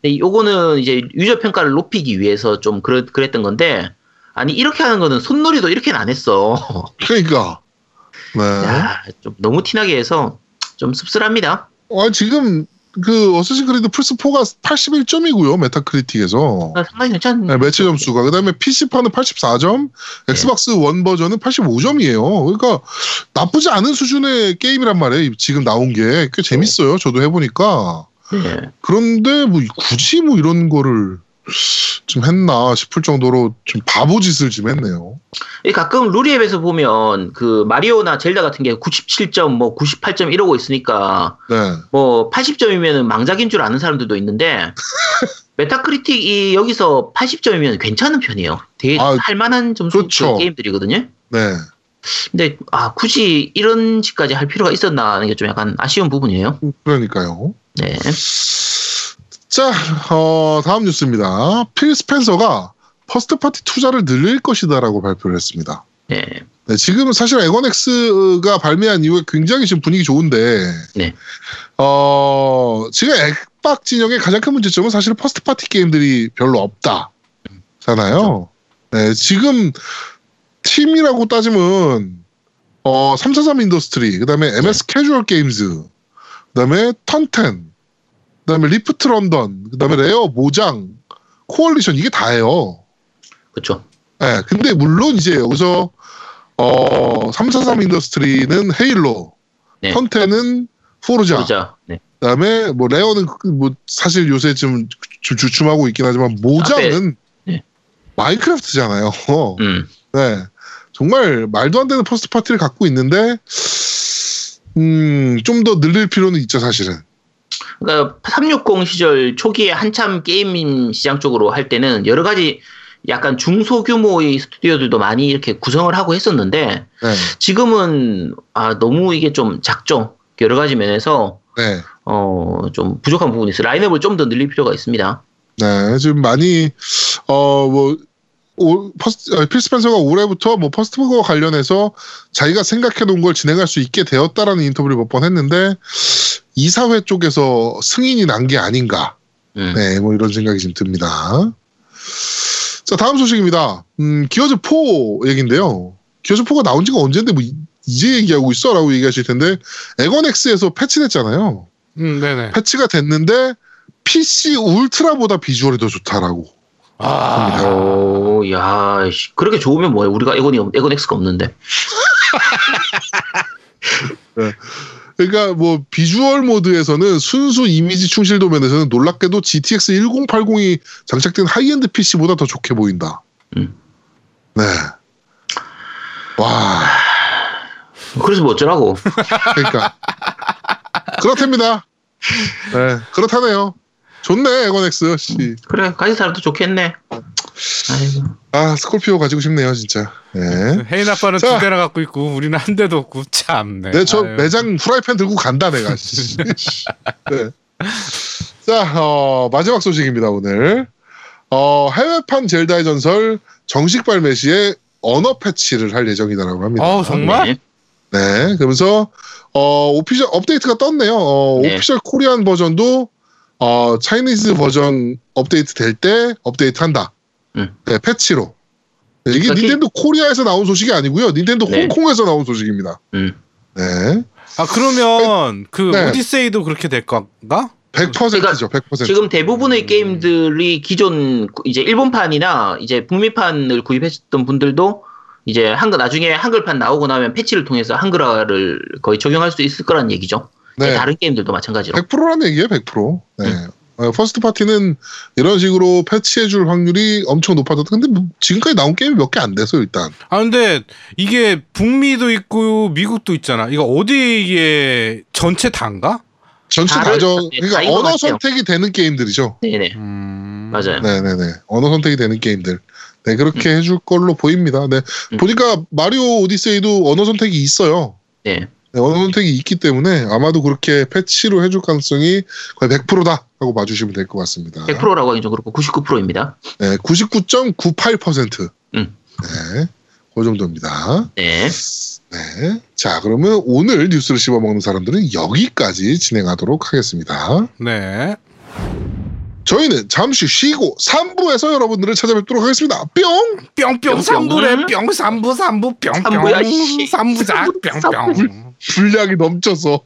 D: 근데 요거는 이제 유저 평가를 높이기 위해서 좀 그랬, 그랬던 건데 아니 이렇게 하는 거는 손놀이도 이렇게는 안 했어.
A: 그러니까. 네.
D: 야, 좀 너무 티나게 해서 좀 씁쓸합니다.
A: 아, 지금 그 어쌔신 크리드 플스 4가 81점이고요. 메타크리틱에서.
D: 아, 상당히 괜찮은
A: 네, 매체 점수가 그다음에 PC판은 84점, 엑스박스 원 버전은 85점이에요. 그러니까 나쁘지 않은 수준의 게임이란 말이에요. 지금 나온 게 꽤 재밌어요. 저도 해보니까
D: 네.
A: 그런데 뭐 굳이 뭐 이런 거를 좀 했나 싶을 정도로 좀 바보 짓을 좀 했네요.
D: 이 가끔 루리앱에서 보면 그 마리오나 젤다 같은 게 97점 뭐 98점 이러고 있으니까
A: 네,
D: 뭐 80점이면은 망작인 줄 아는 사람들도 있는데 메타크리틱 이 여기서 80점이면 괜찮은 편이에요. 되게
A: 아,
D: 할만한 점수
A: 그렇죠.
D: 게임들이거든요.
A: 네.
D: 근데 아 굳이 이런 식까지 할 필요가 있었나 하는 게 좀 약간 아쉬운 부분이에요.
A: 그러니까요.
D: 네.
A: 자, 어, 다음 뉴스입니다. 필 스펜서가 퍼스트 파티 투자를 늘릴 것이다라고 발표를 했습니다.
D: 네.
A: 네, 지금 사실 에건엑스가 발매한 이후에 굉장히 지금 분위기 좋은데,
D: 네.
A: 어, 지금 액박 진영의 가장 큰 문제점은 사실 퍼스트 파티 게임들이 별로 없다. 잖아요. 네, 지금 팀이라고 따지면, 어, 343 인더스트리, 그 다음에 MS 캐주얼 게임즈, 그 다음에 턴텐, 그 다음에 리프트 런던, 그 다음에 레어 모장, 코얼리션, 이게 다예요.
D: 그렇죠.
A: 예, 근데 물론 이제 여기서 어, 343 인더스트리는 헤일로,
D: 네.
A: 턴텐은 포르자,
D: 보자. 네.
A: 그다음에 뭐 레어는 그뭐 사실 요새 좀 주- 주춤하고 있긴 하지만 모장은
D: 네. 네.
A: 마인크래프트잖아요.
D: 음.
A: 네. 정말 말도 안 되는 퍼스트 파티를 갖고 있는데 음, 좀 더 늘릴 필요는 있죠, 사실은.
D: 그러니까 360 시절 초기에 한참 게임 시장 쪽으로 할 때는 여러 가지 약간 중소규모의 스튜디오들도 많이 이렇게 구성을 하고 했었는데
A: 네.
D: 지금은 아 너무 이게 좀 작죠. 여러 가지 면에서
A: 네.
D: 어 좀 부족한 부분이 있어요. 라인업을 좀 더 늘릴 필요가 있습니다.
A: 네, 지금 많이 어뭐 필스펜서가 올해부터 뭐 퍼스트버거 관련해서 자기가 생각해 놓은 걸 진행할 수 있게 되었다라는 인터뷰를 몇 번 했는데 이사회 쪽에서 승인이 난 게 아닌가.
D: 음.
A: 네, 뭐 이런 생각이 지금 듭니다. 자, 다음 소식입니다. 음, 기어즈 4 얘긴데요. 기어즈 4가 나온 지가 언젠데 뭐 이- 이제 얘기하고 있어라고 얘기하실 텐데 에건엑스에서 패치됐잖아요.
C: 음, 네네.
A: 패치가 됐는데 PC 울트라보다 비주얼이 더 좋다라고.
C: 아,
D: 오, 야, 씨. 그렇게 좋으면 뭐야? 우리가 에곤이 없- 에곤 X가 없는데.
A: 그러니까 뭐 비주얼 모드에서는 순수 이미지 충실도 면에서는 놀랍게도 GTX 1080이 장착된 하이엔드 PC보다 더 좋게 보인다.
D: 음.
A: 네. 와,
D: 그래서 뭐 어쩌라고?
A: 그러니까 그렇답니다. 네, 그렇다네요. 좋네 에건엑스. 씨.
D: 그래, 가진 사람도 좋겠네. 아이고.
A: 아 스콜피오 가지고 싶네요 진짜. 네.
C: 혜인 아빠는
A: 자.
C: 두 대나 갖고 있고 우리는 한 대도 없고 참네.
A: 네, 저
C: 아유.
A: 매장 프라이팬 들고 간다 내가. 씨. 네. 자, 어, 마지막 소식입니다 오늘. 어, 해외판 젤다의 전설 정식 발매 시에 언어 패치를 할 예정이다라고 합니다.
C: 어우, 정말?
D: 네.
A: 네, 그러면서 어, 오피셜 업데이트가 떴네요. 어,
D: 네.
A: 오피셜 코리안 버전도 어, 차이니즈 버전 업데이트 될 때 업데이트한다.
D: 음.
A: 네, 패치로. 네, 이게
D: 특히-
A: 닌텐도 코리아에서 나온 소식이 아니고요. 닌텐도
D: 네.
A: 홍콩에서 나온 소식입니다.
D: 음.
A: 네.
C: 아 그러면 그
A: 네.
C: 오디세이도 그렇게 될 건가?
A: 100%죠, 100%.
D: 그러니까 지금 대부분의
A: 음.
D: 게임들이 기존 이제 일본판이나 이제 북미판을 구입했던 분들도 이제 한글 나중에 한글판 나오고 나면 패치를 통해서 한글화를 거의 적용할 수 있을 거란 얘기죠. 음.
A: 네.
D: 다른 게임들도 마찬가지로.
A: 100%라는 얘기예요, 100%. 네. 어, 퍼스트 파티는 이런 식으로 패치해줄 확률이 엄청 높아졌다. 근데 뭐 지금까지 나온 게임이 몇 개 안 돼서 일단.
C: 아 근데 이게 북미도 있고 미국도 있잖아. 이거 어디 이게 전체 다인가?
A: 전체
D: 다를-
A: 다저
D: 네,
A: 그러니까
D: 다인 것
A: 언어
D: 같아요.
A: 선택이 되는 게임들이죠.
D: 네네.
C: 음...
D: 맞아요.
A: 네네네. 언어 선택이 되는 게임들. 네 그렇게
D: 음.
A: 해줄 걸로 보입니다. 네 보니까 마리오 오디세이도 언어 선택이 있어요.
D: 네.
A: 네, 언어 선택이 있기 때문에 아마도 그렇게 패치로 해줄 가능성이 거의 100%다 하고 봐주시면 될 것 같습니다.
D: 100%라고 하긴 좀 그렇고 99%입니다.
A: 네, 99.98%.
D: 음.
A: 네, 그 정도입니다.
D: 네.
A: 네. 자, 그러면 오늘 뉴스를 씹어먹는 사람들은 여기까지 진행하도록 하겠습니다.
C: 네.
A: 저희는 잠시 쉬고 3부에서 여러분들을 찾아뵙도록 하겠습니다. 뿅!
C: 뿅뿅 삼부래 뿅 삼부 삼부 뿅뿅
D: 삼부야, 씨.
C: 삼부작 뿅뿅.
A: 분량이 넘쳐서.